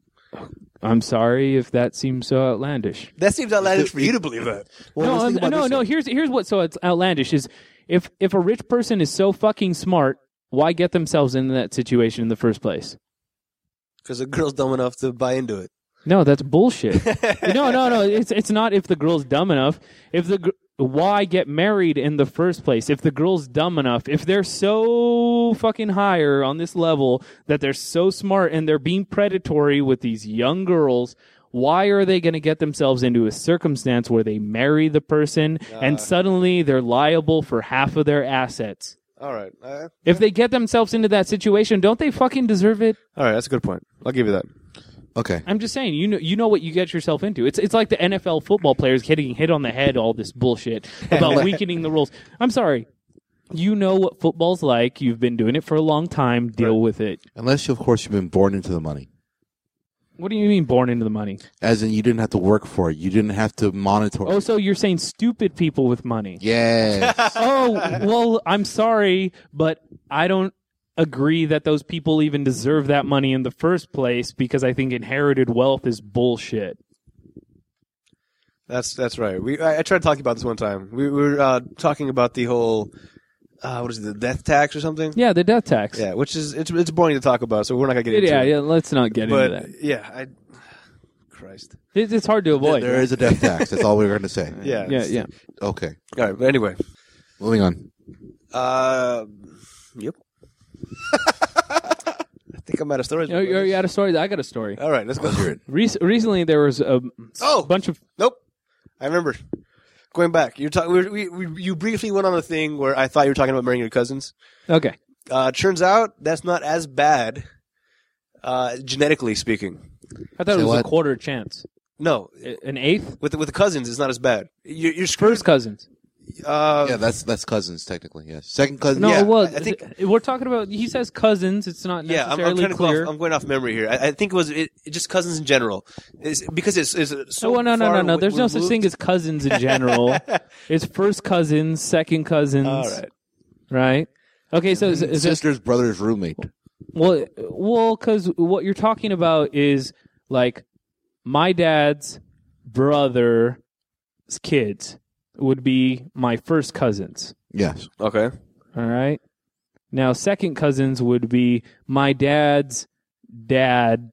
Speaker 3: I'm sorry if that seems so outlandish.
Speaker 1: That seems outlandish for you to believe that.
Speaker 2: Well, let's
Speaker 3: no,
Speaker 2: think
Speaker 3: I'm-
Speaker 2: about
Speaker 3: no,
Speaker 2: this
Speaker 3: no.
Speaker 2: one.
Speaker 3: Here's here's what's so it's outlandish is if if a rich person is so fucking smart, why get themselves into that situation in the first place?
Speaker 1: Because the girl's dumb enough to buy into it.
Speaker 3: No, that's bullshit. no, no, no. It's it's not if the girl's dumb enough. If the gr- why get married in the first place? If the girl's dumb enough, if they're so fucking higher on this level that they're so smart and they're being predatory with these young girls, why are they going to get themselves into a circumstance where they marry the person and suddenly they're liable for half of their assets?
Speaker 1: All right. Uh,
Speaker 3: If they get themselves into that situation, don't they fucking deserve it?
Speaker 1: all right. That's a good point. I'll give you that.
Speaker 2: Okay.
Speaker 3: I'm just saying, you know, you know what you get yourself into. It's it's like the NFL football players getting hit on the head all this bullshit about weakening the rules. I'm sorry, you know what football's like. You've been doing it for a long time. Deal with it.
Speaker 2: Unless, you, of course, you've been born into the money.
Speaker 3: What do you mean born into the money?
Speaker 2: As in, you didn't have to work for it. You didn't have to monitor
Speaker 3: Oh,
Speaker 2: it.
Speaker 3: so you're saying stupid people with money?
Speaker 2: Yes.
Speaker 3: Oh, well, I'm sorry, but I don't agree that those people even deserve that money in the first place because I think inherited wealth is bullshit.
Speaker 1: That's that's right. We I, I tried to talk about this one time. We, we were uh, talking about the whole uh, what is it, the death tax or something?
Speaker 3: Yeah, the death tax.
Speaker 1: Yeah, which is it's it's boring to talk about, so we're not gonna get into
Speaker 3: yeah,
Speaker 1: it.
Speaker 3: yeah, Let's not get
Speaker 1: but
Speaker 3: into that.
Speaker 1: yeah, I Christ.
Speaker 3: It- It's hard to avoid.
Speaker 2: there is a death tax. That's all we were going to say.
Speaker 1: Yeah,
Speaker 3: yeah,
Speaker 1: it's-
Speaker 3: yeah.
Speaker 2: Okay.
Speaker 1: All right, but anyway,
Speaker 2: Moving on.
Speaker 1: uh, yep. I think I'm out of storage.
Speaker 3: Oh, you, you had a story. I got a story.
Speaker 1: All right, let's go through it.
Speaker 3: Rec- recently, there was a
Speaker 1: Oh!
Speaker 3: bunch of
Speaker 1: Nope, I remember. Going back, you're talking. We, we, we, you briefly went on a thing where I thought you were talking about marrying your cousins.
Speaker 3: okay.
Speaker 1: Uh, turns out that's not as bad, uh, genetically speaking.
Speaker 3: I thought
Speaker 2: Say
Speaker 3: it was a
Speaker 2: what?
Speaker 3: quarter chance,
Speaker 1: No,
Speaker 3: A- an eighth,
Speaker 1: with the, with the cousins, it's not as bad. You're, you're screwed.
Speaker 3: first cousins.
Speaker 1: Uh,
Speaker 2: Yeah, that's that's cousins technically. Yes. Second cousin.
Speaker 3: No,
Speaker 1: Yeah,
Speaker 3: well,
Speaker 1: I- I think-
Speaker 3: th- we're talking about. He says cousins. It's not
Speaker 1: yeah, I'm, I'm
Speaker 3: necessarily
Speaker 1: trying to go
Speaker 3: clear.
Speaker 1: off, I'm going off memory here. I, I think it was it, it just cousins in general, it's, because it's, it's so
Speaker 3: no, well, Oh, no, no,
Speaker 1: far
Speaker 3: no, no.
Speaker 1: w-
Speaker 3: There's no such
Speaker 1: removed.
Speaker 3: thing as cousins in general. it's first cousins, second cousins.
Speaker 1: All right.
Speaker 3: right? Okay, so is, is it,
Speaker 2: Sister's brother's roommate.
Speaker 3: well, well, because what you're talking about is like my dad's brother's kids would be my first cousins.
Speaker 2: Yes.
Speaker 1: Okay.
Speaker 3: All right. Now, second cousins would be my dad's dad,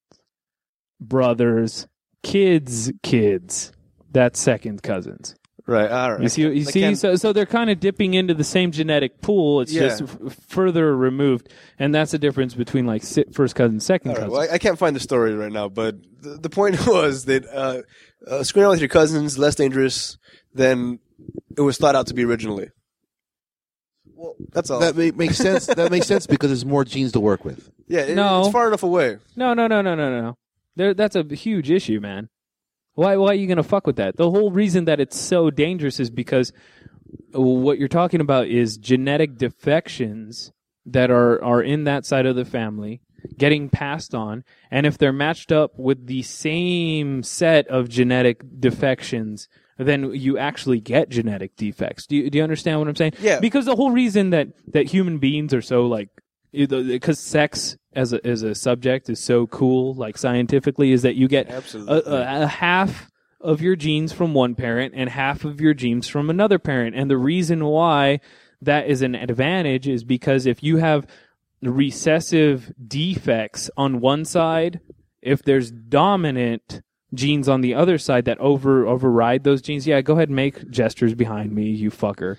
Speaker 3: brothers, kids, kids. That's second cousins.
Speaker 1: Right. All right.
Speaker 3: You see, you
Speaker 1: I
Speaker 3: see,
Speaker 1: can't-
Speaker 3: so so they're kind of dipping into the same genetic pool. It's
Speaker 1: Yeah.
Speaker 3: just f- further removed, and that's the difference between like si- first cousin, second
Speaker 1: all right.
Speaker 3: cousin.
Speaker 1: Well, I, I can't find the story right now, but the, the point was that uh, uh, screwing out with your cousins less dangerous than it was thought out to be originally. Well, that's
Speaker 3: Oh.
Speaker 1: all.
Speaker 2: That ma- makes sense. That makes sense because there's more genes to work with.
Speaker 1: yeah, it-
Speaker 3: No.
Speaker 1: it's far enough away.
Speaker 3: No, no, no, no, no, no, no. There, that's a huge issue, man. Why, why are you gonna fuck with that? The whole reason that it's so dangerous is because what you're talking about is genetic defections that are are in that side of the family getting passed on, and if they're matched up with the same set of genetic defections. Then you actually get genetic defects. Do you, do you understand what I'm saying?
Speaker 1: Yeah.
Speaker 3: Because the whole reason that, that human beings are so like because sex as a, as a subject is so cool, like scientifically, is that you get a,
Speaker 1: Absolutely.
Speaker 3: a, a half of your genes from one parent and half of your genes from another parent. And the reason why that is an advantage is because if you have recessive defects on one side, if there's dominant genes on the other side that over override those genes, yeah, go ahead and make gestures behind me, you fucker.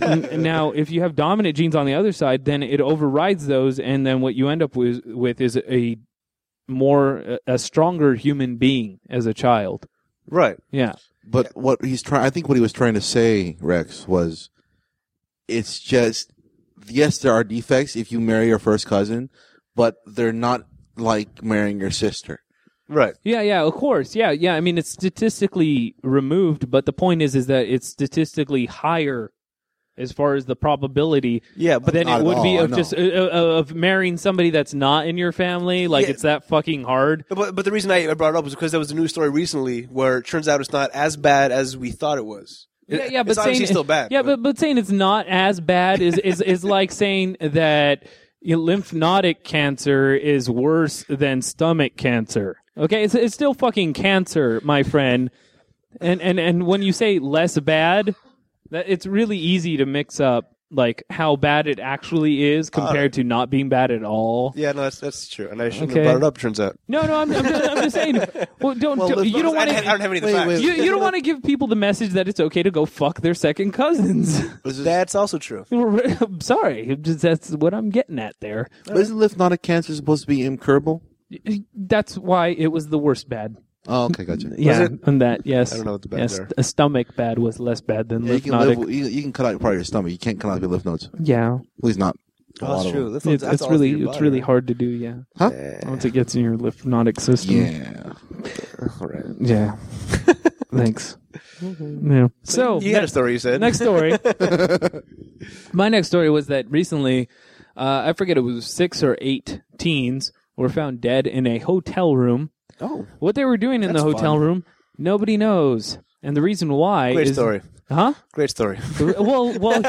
Speaker 3: N- now, if you have dominant genes on the other side, then it overrides those, and then what you end up with, with is a more a stronger human being as a child.
Speaker 1: Right.
Speaker 3: Yeah.
Speaker 2: But what he's trying, I think what he was trying to say, Rex, was it's just, yes, there are defects if you marry your first cousin, but they're not like marrying your sister.
Speaker 1: Right.
Speaker 3: Yeah, yeah, of course. Yeah, yeah. I mean, it's statistically removed, but the point is, is that it's statistically higher as far as the probability
Speaker 1: Yeah, but
Speaker 3: than
Speaker 2: not
Speaker 3: it
Speaker 2: at
Speaker 3: would be
Speaker 2: all,
Speaker 3: of
Speaker 2: no.
Speaker 3: just uh, uh, of marrying somebody that's not in your family. Like
Speaker 1: Yeah.
Speaker 3: it's that fucking hard.
Speaker 1: Uh, But, but the reason I I brought it up was because there was a news story recently where it turns out it's not as bad as we thought it was. It-
Speaker 3: Yeah, yeah, but
Speaker 1: it's obviously
Speaker 3: saying-
Speaker 1: still bad.
Speaker 3: Yeah, but but saying it's not as bad is is is like saying that you know, lymphnodic cancer is worse than stomach cancer. Okay, it's it's still fucking cancer, my friend. And and and when you say less bad, that it's really easy to mix up like how bad it actually is compared to not being bad at all.
Speaker 1: yeah, no, that's that's true, and I shouldn't
Speaker 3: Okay.
Speaker 1: have brought it up. it Turns out,
Speaker 3: No, no, I'm, I'm, just, I'm just saying. Well, don't, don't you don't
Speaker 1: I don't have-
Speaker 3: want
Speaker 1: I don't
Speaker 3: to
Speaker 1: have any of the
Speaker 2: Wait,
Speaker 1: facts.
Speaker 2: wait.
Speaker 3: you, you don't want to give people the message that it's okay to go fuck their second cousins.
Speaker 2: Was this,
Speaker 1: That's also true.
Speaker 3: I'm sorry. It's just- That's what I'm getting at there.
Speaker 2: but isn't lymphatic cancer supposed to be incurable?
Speaker 3: That's why it was the worst bad.
Speaker 2: Oh, okay, gotcha.
Speaker 3: Yeah,
Speaker 1: it?
Speaker 3: and that yes.
Speaker 1: I don't know what the bad
Speaker 3: yes,
Speaker 1: are.
Speaker 3: A stomach bad was less bad than
Speaker 2: Yeah, you, can
Speaker 3: lymphatic.
Speaker 2: live, with- you, you can cut out part of your stomach. You can't cut out your lymph nodes. At
Speaker 3: yeah,
Speaker 2: least not. a lot
Speaker 1: That's
Speaker 2: of
Speaker 1: true.
Speaker 2: them.
Speaker 1: That's,
Speaker 3: it's,
Speaker 1: that's
Speaker 3: it's
Speaker 1: all
Speaker 3: really
Speaker 1: through your
Speaker 3: it's
Speaker 1: body,
Speaker 3: really
Speaker 1: right?
Speaker 3: hard to do. Yeah,
Speaker 2: Huh?
Speaker 3: once it gets in your lymphatic system.
Speaker 2: Yeah. All right.
Speaker 3: Yeah. Thanks. Yeah. So
Speaker 1: Mm-hmm. you had a story you said.
Speaker 3: next story. My next story was that recently, uh, I forget it was six or eight teens were found dead in a hotel room.
Speaker 1: oh,
Speaker 3: What they were doing in the
Speaker 1: That's
Speaker 3: hotel
Speaker 1: fun.
Speaker 3: room, nobody knows, and the reason why
Speaker 1: great
Speaker 3: is
Speaker 1: story.
Speaker 3: huh?
Speaker 1: Great story.
Speaker 3: well, well,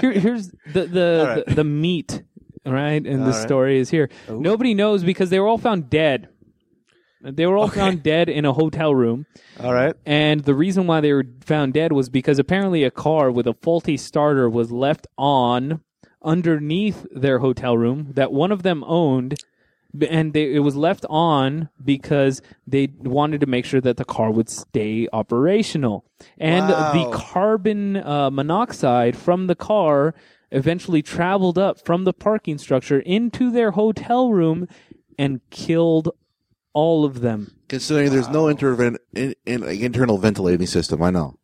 Speaker 3: here, here's the the,
Speaker 1: All right.
Speaker 3: the the meat, all right? And the
Speaker 1: right.
Speaker 3: story is here. Nobody knows because they were all found dead. They were all found dead in a hotel room.
Speaker 1: All right.
Speaker 3: And the reason why they were found dead was because apparently a car with a faulty starter was left on underneath their hotel room that one of them owned. b- And they, it was left on because they wanted to make sure that the car would stay operational. And
Speaker 1: Wow.
Speaker 3: the carbon uh, monoxide from the car eventually traveled up from the parking structure into their hotel room and killed all of them.
Speaker 2: Considering there's no interven- in, in, like, internal ventilating system, I know.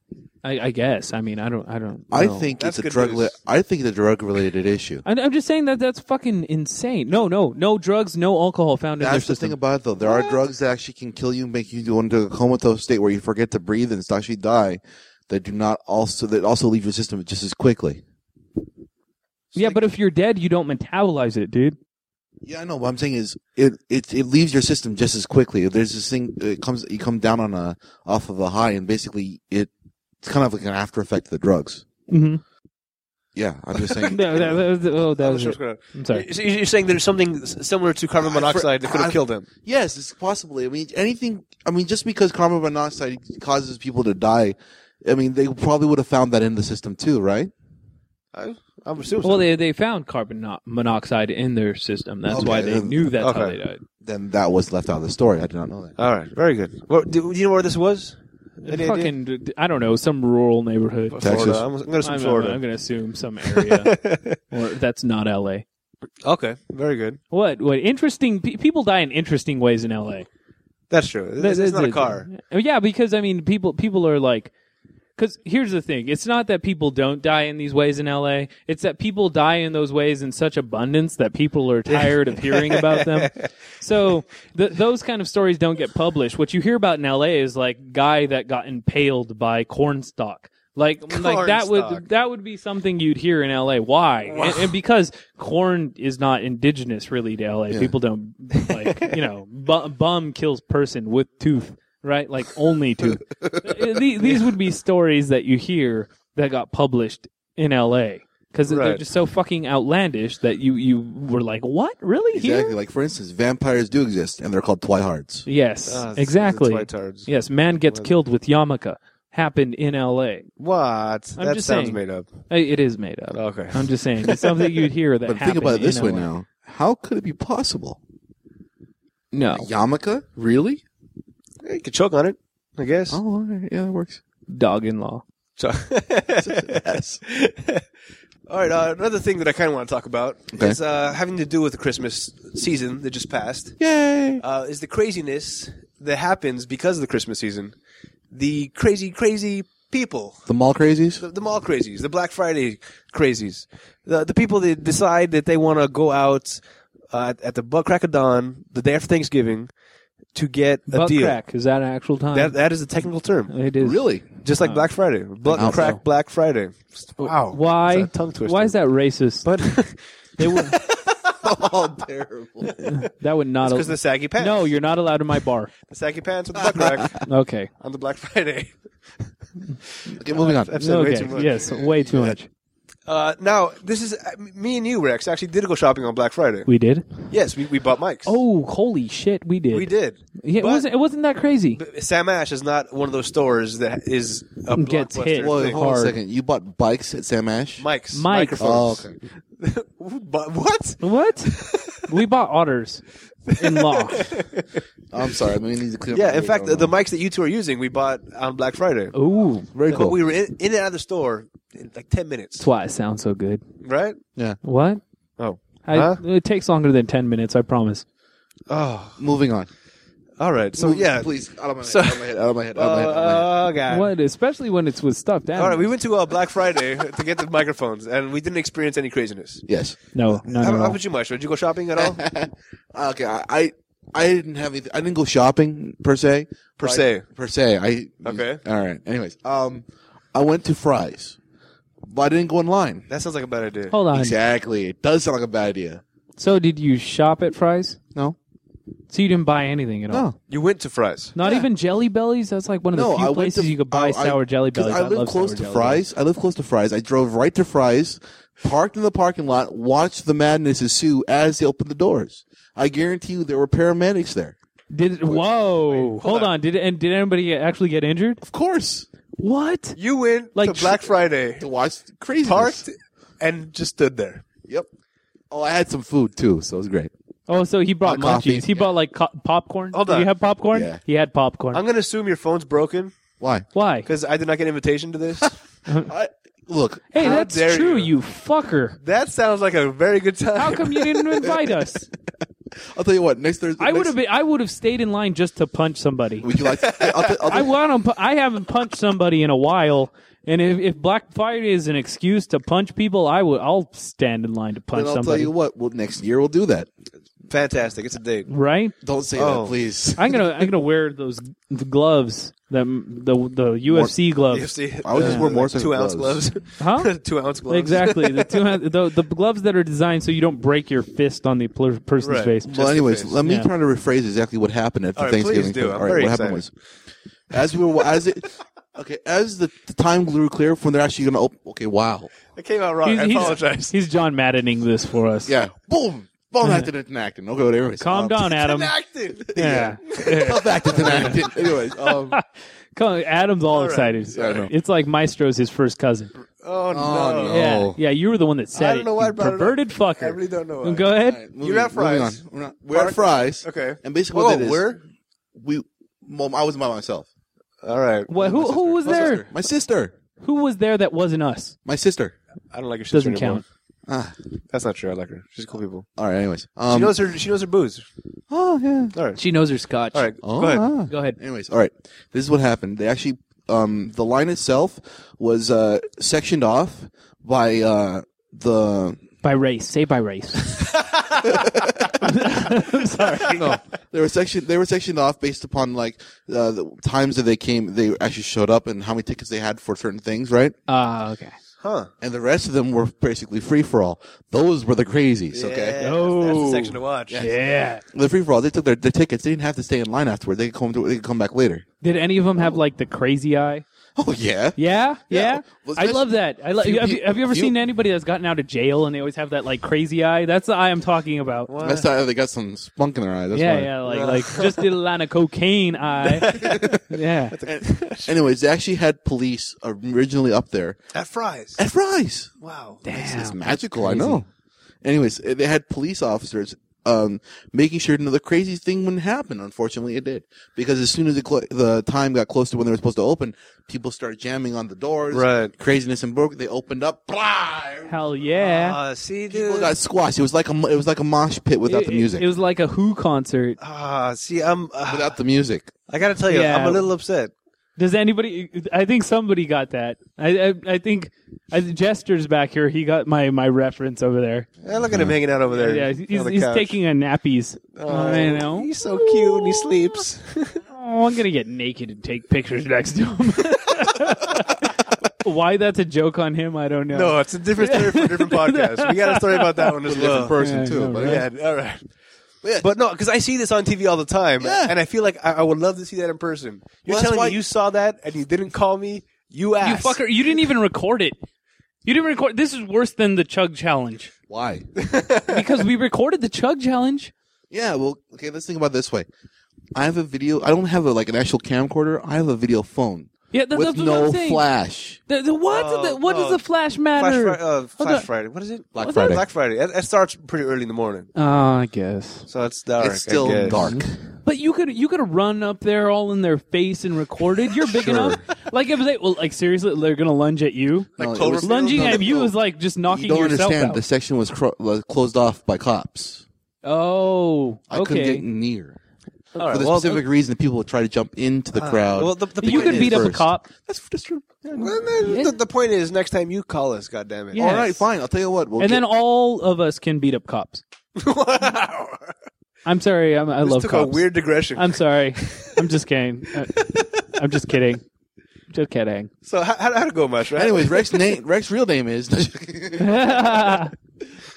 Speaker 3: I, I guess. I mean, I don't. I don't.
Speaker 2: I
Speaker 3: know.
Speaker 2: think
Speaker 1: That's
Speaker 2: it's a
Speaker 1: good
Speaker 2: drug.
Speaker 1: news.
Speaker 2: Li- I think it's a drug related issue.
Speaker 3: I'm, I'm just saying that that's fucking insane. No, no, no drugs, no alcohol found in their
Speaker 2: That's the
Speaker 3: system.
Speaker 2: thing about it, though. There are drugs that actually can kill you, make you go into a comatose state where you forget to breathe and actually die. That do not also that also leave your system just as quickly.
Speaker 3: yeah, but if you're dead, you don't metabolize it, dude.
Speaker 2: Yeah, I know. What I'm saying is, it it it leaves your system just as quickly. There's this thing. It comes. You come down on a off of a high, and basically it it's kind of like an after effect of the drugs.
Speaker 3: Mm-hmm.
Speaker 2: Yeah, I'm just saying.
Speaker 3: No, that, that was, oh, that
Speaker 1: I'm
Speaker 3: was
Speaker 1: sure
Speaker 3: it.
Speaker 1: it's gonna-
Speaker 3: I'm sorry.
Speaker 1: So You're saying there's something s- similar to carbon
Speaker 2: I for-
Speaker 1: monoxide that could have
Speaker 2: I-
Speaker 1: killed him.
Speaker 2: Yes, it's possibly. I mean, anything. I mean, just because carbon monoxide causes people to die, I mean, they probably would have found that in the system too, right?
Speaker 1: I, I'm assuming.
Speaker 3: Well, they they found carbon no- monoxide in their system. That's
Speaker 2: Okay,
Speaker 3: why they
Speaker 2: then-
Speaker 3: knew that's how
Speaker 1: okay.
Speaker 3: they died.
Speaker 2: Then that was left out of the story. I did not know that.
Speaker 1: All right. Very good. Well, do, do you know where this was? Any idea?
Speaker 3: fucking, I don't know, some rural neighborhood.
Speaker 2: Texas.
Speaker 1: Florida. I'm, I'm going to assume
Speaker 3: I'm,
Speaker 1: Florida.
Speaker 3: I'm going to assume some area or that's not L.A.
Speaker 1: okay. Very good.
Speaker 3: What? What? Interesting. Pe- people die in interesting ways in L.A.
Speaker 1: That's true. It's, it's not a car.
Speaker 3: Oh, Yeah, because I mean, people people are like, because here's the thing: it's not that people don't die in these ways in LA. It's that people die in those ways in such abundance that people are tired of hearing about them. So th- those kind of stories don't get published. What you hear about in LA is like guy that got impaled by cornstalk. Like, like that would
Speaker 1: Cornstalk.
Speaker 3: that would be something you'd hear in LA. Why? And, and because corn is not indigenous really to LA. People don't like you know bu- bum kills person with tooth, right? Like only tooth. Uh, The- These would be stories that you hear that got published in LA because they're
Speaker 1: Right.
Speaker 3: just so fucking outlandish that you you were like, what really
Speaker 2: Exactly.
Speaker 3: here?
Speaker 2: Like for instance, vampires do exist, and they're called twihards.
Speaker 3: Yes,
Speaker 1: Ah, it's-
Speaker 3: exactly.
Speaker 1: It's twitards.
Speaker 3: Yes, man gets
Speaker 1: Well-
Speaker 3: killed with yarmulke. Happened in L.A.
Speaker 1: What? that
Speaker 3: just
Speaker 1: sounds
Speaker 3: saying.
Speaker 1: made up.
Speaker 3: Uh, It is made up.
Speaker 1: Okay.
Speaker 3: I'm just saying it's something you'd hear that.
Speaker 2: But think about it
Speaker 3: happened
Speaker 2: this
Speaker 3: in
Speaker 2: way
Speaker 3: LA.
Speaker 2: now: How could it be possible?
Speaker 3: No,
Speaker 2: Yamaka, really?
Speaker 1: you could choke on it, I guess.
Speaker 2: Oh, all right. yeah, that works.
Speaker 3: dog in law.
Speaker 1: So-
Speaker 2: Yes.
Speaker 1: All right. Uh, another thing that I kind of want to talk about
Speaker 2: Okay.
Speaker 1: is uh, having to do with the Christmas season that just passed.
Speaker 2: Yay!
Speaker 1: Uh, is the craziness that happens because of the Christmas season. the crazy, crazy people,
Speaker 2: The mall crazies?
Speaker 1: the, the mall crazies, the Black Friday crazies, the the people that decide that they want to go out uh, at- at the butt crack of dawn, the day after Thanksgiving, to get a
Speaker 3: Butt
Speaker 1: deal.
Speaker 3: crack. Is that an actual time?
Speaker 1: That that is a technical term,
Speaker 3: it is.
Speaker 2: Really?
Speaker 1: just
Speaker 3: Oh.
Speaker 1: like Black Friday, butt
Speaker 2: Wow.
Speaker 1: crack Black Friday. Wow,
Speaker 3: Why?
Speaker 1: It's a tongue twister.
Speaker 3: Why is that racist?
Speaker 1: But
Speaker 3: They would,
Speaker 2: Oh, terrible.
Speaker 3: that would not.
Speaker 1: because the saggy pants.
Speaker 3: Oh. no, you're not allowed in my bar.
Speaker 1: the saggy pants with the butt crack
Speaker 3: Okay.
Speaker 1: on the Black Friday.
Speaker 2: Okay, moving on.
Speaker 1: I've said way too
Speaker 3: Okay.
Speaker 1: much.
Speaker 3: Yes, way too much.
Speaker 1: Uh, now this is uh, me and you, Rex. Actually, did go shopping on Black Friday.
Speaker 3: We did.
Speaker 1: yes, we, we bought mics.
Speaker 3: Oh, holy shit, we did.
Speaker 1: we did.
Speaker 3: Yeah, it
Speaker 1: But-
Speaker 3: wasn't. It wasn't that crazy.
Speaker 1: Sam Ash is not one of those stores that is a
Speaker 3: Gets
Speaker 1: blockbuster
Speaker 3: hit.
Speaker 2: Whoa,
Speaker 1: thing.
Speaker 2: hold on a
Speaker 3: Hard.
Speaker 2: second. You bought bikes at Sam Ash?
Speaker 1: Mics,
Speaker 3: Mics.
Speaker 1: microphones.
Speaker 2: Oh, okay.
Speaker 1: but what?
Speaker 3: What? we bought otters in law.
Speaker 2: Oh, I'm sorry. I'm going to need to clear up
Speaker 1: Yeah,
Speaker 2: my
Speaker 1: in
Speaker 2: ears.
Speaker 1: fact,
Speaker 2: I
Speaker 1: the,
Speaker 2: don't
Speaker 1: the
Speaker 2: know.
Speaker 1: mics that you two are using, we bought on Black Friday.
Speaker 3: Ooh,
Speaker 2: Very cool.
Speaker 1: But we were in, in and out of the store in like ten minutes,
Speaker 3: that's why it sounds so good.
Speaker 1: right?
Speaker 3: What?
Speaker 1: Oh,
Speaker 3: I,
Speaker 1: Huh?
Speaker 3: It takes longer than ten minutes. I promise.
Speaker 1: oh,
Speaker 2: Moving on.
Speaker 1: all right. So
Speaker 2: Move-
Speaker 1: yeah,
Speaker 2: Please, out of my head,
Speaker 1: So-
Speaker 2: out of my head, out of my head, out of my head. Out of my head.
Speaker 1: Oh, god.
Speaker 3: What? Especially when it's with stuffed animals.
Speaker 1: All right, we went to uh, Black Friday to get the microphones, and we didn't experience any craziness.
Speaker 2: Yes.
Speaker 3: no,
Speaker 1: How,
Speaker 3: no, no.
Speaker 1: how
Speaker 3: no.
Speaker 1: about you, Maestro? Did you go shopping at all?
Speaker 2: okay, I, I I didn't have anything. I didn't go shopping per se.
Speaker 1: Per
Speaker 2: But I-
Speaker 1: se.
Speaker 2: per se. I
Speaker 1: Okay.
Speaker 2: All right. Anyways, um, I went to Fry's, but I didn't go in line.
Speaker 1: That sounds like a bad idea.
Speaker 3: Hold on.
Speaker 2: Exactly. It does sound like a bad idea.
Speaker 3: So, did you shop at Fry's?
Speaker 2: No.
Speaker 3: So you didn't buy anything at all?
Speaker 2: No.
Speaker 1: You went to Fries.
Speaker 3: Not even Jelly Bellies. That's like one of the
Speaker 2: No,
Speaker 3: few
Speaker 2: I went
Speaker 3: places
Speaker 2: to-
Speaker 3: you could buy
Speaker 2: I- I-
Speaker 3: sour Jelly
Speaker 2: 'cause
Speaker 3: Bellies.
Speaker 2: I live
Speaker 3: love
Speaker 2: close
Speaker 3: sour
Speaker 2: to
Speaker 3: Jelly Bellies.
Speaker 2: Fry's. I live close to Fry's. I drove right to Fry's, parked in the parking lot, watched the madness ensue as they opened the doors. I guarantee you there were paramedics there.
Speaker 3: Did whoa? hold on. Did and did anybody actually get injured?
Speaker 2: Of course.
Speaker 3: What?
Speaker 1: You went
Speaker 3: Like
Speaker 1: to Black
Speaker 3: tr-
Speaker 1: Friday,
Speaker 2: To watch crazy.
Speaker 1: parked, and just stood there.
Speaker 2: Yep. Oh, I had some food too, so it was great.
Speaker 3: Oh, so he brought
Speaker 2: Hot coffee.
Speaker 3: munchies. He
Speaker 2: Yeah.
Speaker 3: bought like co- popcorn.
Speaker 1: Hold
Speaker 3: did
Speaker 1: on.
Speaker 3: you have popcorn?
Speaker 2: Yeah.
Speaker 3: He had popcorn.
Speaker 1: I'm gonna assume your phone's broken
Speaker 2: Why?
Speaker 3: Why?
Speaker 1: because I did not get an invitation to this.
Speaker 2: I, look,
Speaker 3: Hey,
Speaker 1: How
Speaker 3: that's
Speaker 1: dare
Speaker 3: true,
Speaker 1: you.
Speaker 3: you. fucker.
Speaker 1: that sounds like a very good time.
Speaker 3: How come you didn't invite us?
Speaker 2: I'll tell you what. Next Thursday,
Speaker 3: I would
Speaker 2: next-
Speaker 3: have been. I would have stayed in line just to punch somebody.
Speaker 2: Would you like? I'll tell- I'll
Speaker 3: I
Speaker 2: tell-
Speaker 3: want to. I haven't punched somebody in a while, and if, if Black Friday is an excuse to punch people, I will. I'll stand in line to punch
Speaker 2: then I'll tell
Speaker 3: somebody.
Speaker 2: you what. Well, next year we'll do that.
Speaker 1: Fantastic! It's a date.
Speaker 3: Right?
Speaker 2: Don't say
Speaker 1: Oh.
Speaker 2: that, please.
Speaker 3: I'm gonna. I'm gonna wear those the gloves. The the the UFC gloves.
Speaker 1: UFC.
Speaker 2: I would just wear motorcycle
Speaker 1: two ounce gloves.
Speaker 2: gloves.
Speaker 3: Huh?
Speaker 1: two ounce gloves.
Speaker 3: Exactly. The, two, the the gloves that are designed so you don't break your fist on the pl- person's
Speaker 1: Right.
Speaker 3: face.
Speaker 1: Just
Speaker 2: well,
Speaker 1: the
Speaker 2: anyways,
Speaker 1: face.
Speaker 2: let me
Speaker 3: Yeah.
Speaker 2: try to rephrase exactly what happened at the
Speaker 1: All right, please
Speaker 2: Thanksgiving.
Speaker 1: do.
Speaker 2: thing.
Speaker 1: I'm
Speaker 2: All right,
Speaker 1: very
Speaker 2: what happened was, as we were as it, okay, as the time grew clear from when they're actually going to open. Okay, wow.
Speaker 1: It came out wrong.
Speaker 3: He's-
Speaker 1: I
Speaker 3: he's-
Speaker 1: apologize.
Speaker 3: He's John Maddening this for us.
Speaker 2: Yeah, boom, boom, acting and acting. Okay, whatever. Anyways,
Speaker 3: Calm
Speaker 2: um,
Speaker 3: down, Adam.
Speaker 1: Enacted.
Speaker 3: Yeah.
Speaker 2: Calm acting and acting. Anyways, um,
Speaker 3: Come- Adam's all,
Speaker 1: All right.
Speaker 3: excited.
Speaker 2: I know.
Speaker 3: It's like Maestro's his first cousin.
Speaker 1: Oh,
Speaker 2: no.
Speaker 1: no!
Speaker 3: Yeah,
Speaker 2: Oh.
Speaker 3: yeah. You were the one that said
Speaker 1: I don't
Speaker 3: it.
Speaker 1: know why
Speaker 3: you
Speaker 1: I brought it up.
Speaker 3: perverted fucker.
Speaker 1: I really don't know. Why.
Speaker 3: Go
Speaker 2: all
Speaker 3: ahead.
Speaker 2: right,
Speaker 1: You're at
Speaker 2: moving
Speaker 1: Fry's.
Speaker 2: on. We're, not, we're at fries.
Speaker 1: Okay.
Speaker 2: and basically
Speaker 1: Whoa,
Speaker 2: what that is,
Speaker 1: where?
Speaker 2: we, well, I was by myself.
Speaker 1: All right.
Speaker 3: What, who, who was
Speaker 2: My
Speaker 3: there?
Speaker 2: sister. My sister.
Speaker 3: Who was there that wasn't us?
Speaker 2: My sister.
Speaker 1: I don't like your sister
Speaker 3: Doesn't
Speaker 1: anymore.
Speaker 3: count.
Speaker 2: Ah,
Speaker 1: That's not true. I like her. She's cool people.
Speaker 2: all right. Anyways, um,
Speaker 1: she knows her. She knows her booze.
Speaker 2: Oh yeah.
Speaker 1: All right.
Speaker 3: She knows her scotch.
Speaker 1: All right.
Speaker 2: Oh,
Speaker 1: Go ahead.
Speaker 2: ah.
Speaker 3: Go ahead.
Speaker 2: Anyways, all right. This is what happened. They actually, um, the line itself was uh, sectioned off by uh, the.
Speaker 3: By race. Say by race. I'm sorry.
Speaker 2: They were sectioned. They were sectioned off based upon like uh, the times that they came. They actually showed up and how many tickets they had for certain things, right?
Speaker 3: Ah, okay.
Speaker 1: Huh.
Speaker 2: And the rest of them were basically free for all. Those were the crazies. Okay.
Speaker 1: Yeah, That's the
Speaker 3: Oh.
Speaker 1: section to watch.
Speaker 3: Yeah.
Speaker 2: The free for all. They took their, their tickets. They didn't have to stay in line afterward. They could come. To, they could come back later.
Speaker 3: Did any of them have like the crazy eye?
Speaker 2: Oh yeah.
Speaker 3: Yeah, yeah.
Speaker 2: Yeah. Well,
Speaker 3: I love that. I love.
Speaker 2: few
Speaker 3: Have, you-
Speaker 2: peo-
Speaker 3: have you ever
Speaker 2: few-
Speaker 3: seen anybody that's gotten out of jail and they always have that like crazy eye? That's the eye I'm talking about.
Speaker 2: That's how they got some spunk in their eye. That's
Speaker 3: Yeah,
Speaker 2: why.
Speaker 3: yeah. Like, like just did a line of cocaine eye. yeah.
Speaker 2: Anyways, they actually had police originally up there
Speaker 1: At fries.
Speaker 2: at Fry's.
Speaker 1: Wow.
Speaker 2: It's
Speaker 3: Damn.
Speaker 2: magical, I know. Anyways, eh, they had police officers um, making sure another crazy thing wouldn't happen. Unfortunately, it did because as soon as it clo- the time got close to when they were supposed to open, people started jamming on the doors.
Speaker 1: Right.
Speaker 2: Craziness and broke. They opened up. Blah.
Speaker 3: Hell yeah.
Speaker 1: Uh, see,
Speaker 2: People
Speaker 1: dude.
Speaker 2: got squashed. It was like a mo- it was like a mosh pit without
Speaker 3: It-
Speaker 2: the music.
Speaker 3: It, was like a Who concert.
Speaker 1: Ah, see, I'm. Uh,
Speaker 2: without the music.
Speaker 1: I gotta tell you,
Speaker 3: Yeah.
Speaker 1: I'm a little upset.
Speaker 4: Does anybody? I think somebody got that. I I, I think I, Jester's back here. He got my my reference over there.
Speaker 1: Eh, look at him hanging out over there.
Speaker 4: Yeah,
Speaker 1: on
Speaker 4: he's,
Speaker 1: the
Speaker 4: he's
Speaker 1: couch.
Speaker 4: taking a nappies.
Speaker 1: Oh,
Speaker 4: I know.
Speaker 1: He's so cute when he sleeps.
Speaker 4: Oh, I'm gonna get naked and take pictures next to him. Why that's a joke on him, I don't know.
Speaker 1: no, it's a different story for a different podcast. We got a story about that one as well.
Speaker 2: different person
Speaker 4: Yeah,
Speaker 2: too.
Speaker 4: I know,
Speaker 2: but
Speaker 4: right?
Speaker 1: Yeah, all right.
Speaker 2: Yeah.
Speaker 1: But no, because I see this on TV all the time,
Speaker 2: Yeah.
Speaker 1: and I feel like I, I would love to see that in person. You're
Speaker 2: Well, that's
Speaker 1: telling
Speaker 2: why-
Speaker 1: me you saw that and you didn't call me. You
Speaker 3: You
Speaker 1: ass.
Speaker 3: fucker! You didn't even record it. You didn't record. This is worse than the chug challenge
Speaker 2: why?
Speaker 3: because we recorded the chug challenge.
Speaker 2: yeah. Well, okay. Let's think about it this way. I have a video. I don't have a, like an actual camcorder. I have a video phone
Speaker 3: Yeah, that,
Speaker 2: with
Speaker 3: that's what
Speaker 2: no
Speaker 3: I'm saying.
Speaker 2: flash.
Speaker 3: The, the what?
Speaker 1: Oh,
Speaker 2: Uh,
Speaker 3: the, what
Speaker 1: oh.
Speaker 3: does the flash
Speaker 1: Flash,
Speaker 3: matter?
Speaker 1: Fri- uh, Flash
Speaker 3: on.
Speaker 1: Friday. What is it?
Speaker 2: Black
Speaker 3: What's that?
Speaker 2: Friday.
Speaker 1: Black Friday. It, it starts pretty early in the morning,
Speaker 4: Oh, I guess.
Speaker 1: so it's dark.
Speaker 2: it's still
Speaker 1: I guess.
Speaker 2: dark.
Speaker 3: But you could you could run up there all in their face and record it. You're big enough. Like if they well, like seriously, they're gonna lunge at you.
Speaker 2: No, it
Speaker 1: Cloverfield?
Speaker 2: was-
Speaker 3: Lunging
Speaker 2: no,
Speaker 3: at you
Speaker 2: no.
Speaker 3: is like just knocking
Speaker 2: You don't
Speaker 3: yourself
Speaker 2: understand.
Speaker 3: out.
Speaker 2: The section was cro- was closed off by cops.
Speaker 3: Oh,
Speaker 2: I couldn't
Speaker 3: okay.
Speaker 2: get near.
Speaker 1: All right,
Speaker 2: For the
Speaker 1: well,
Speaker 2: specific reason, that people would try to jump into Ah, the crowd.
Speaker 1: Well, the, the
Speaker 3: you
Speaker 1: point
Speaker 3: could
Speaker 1: is-
Speaker 3: beat up a
Speaker 2: first.
Speaker 3: cop.
Speaker 2: that's, that's true.
Speaker 1: Well, no, the, the point is, next time you call us, goddammit.
Speaker 3: Yeah.
Speaker 2: All right, fine. I'll tell you what. We'll
Speaker 3: and
Speaker 2: get-
Speaker 3: then all of us can beat up cops.
Speaker 1: wow.
Speaker 4: I'm sorry. I'm, I
Speaker 1: This
Speaker 4: love
Speaker 1: took
Speaker 4: cops.
Speaker 1: a weird digression.
Speaker 4: I'm sorry. I'm just kidding.
Speaker 3: Uh,
Speaker 4: I, I'm just kidding. Just kidding.
Speaker 1: so how how how'd it go, Mush? Right?
Speaker 2: Anyways, Rex name Rex real name is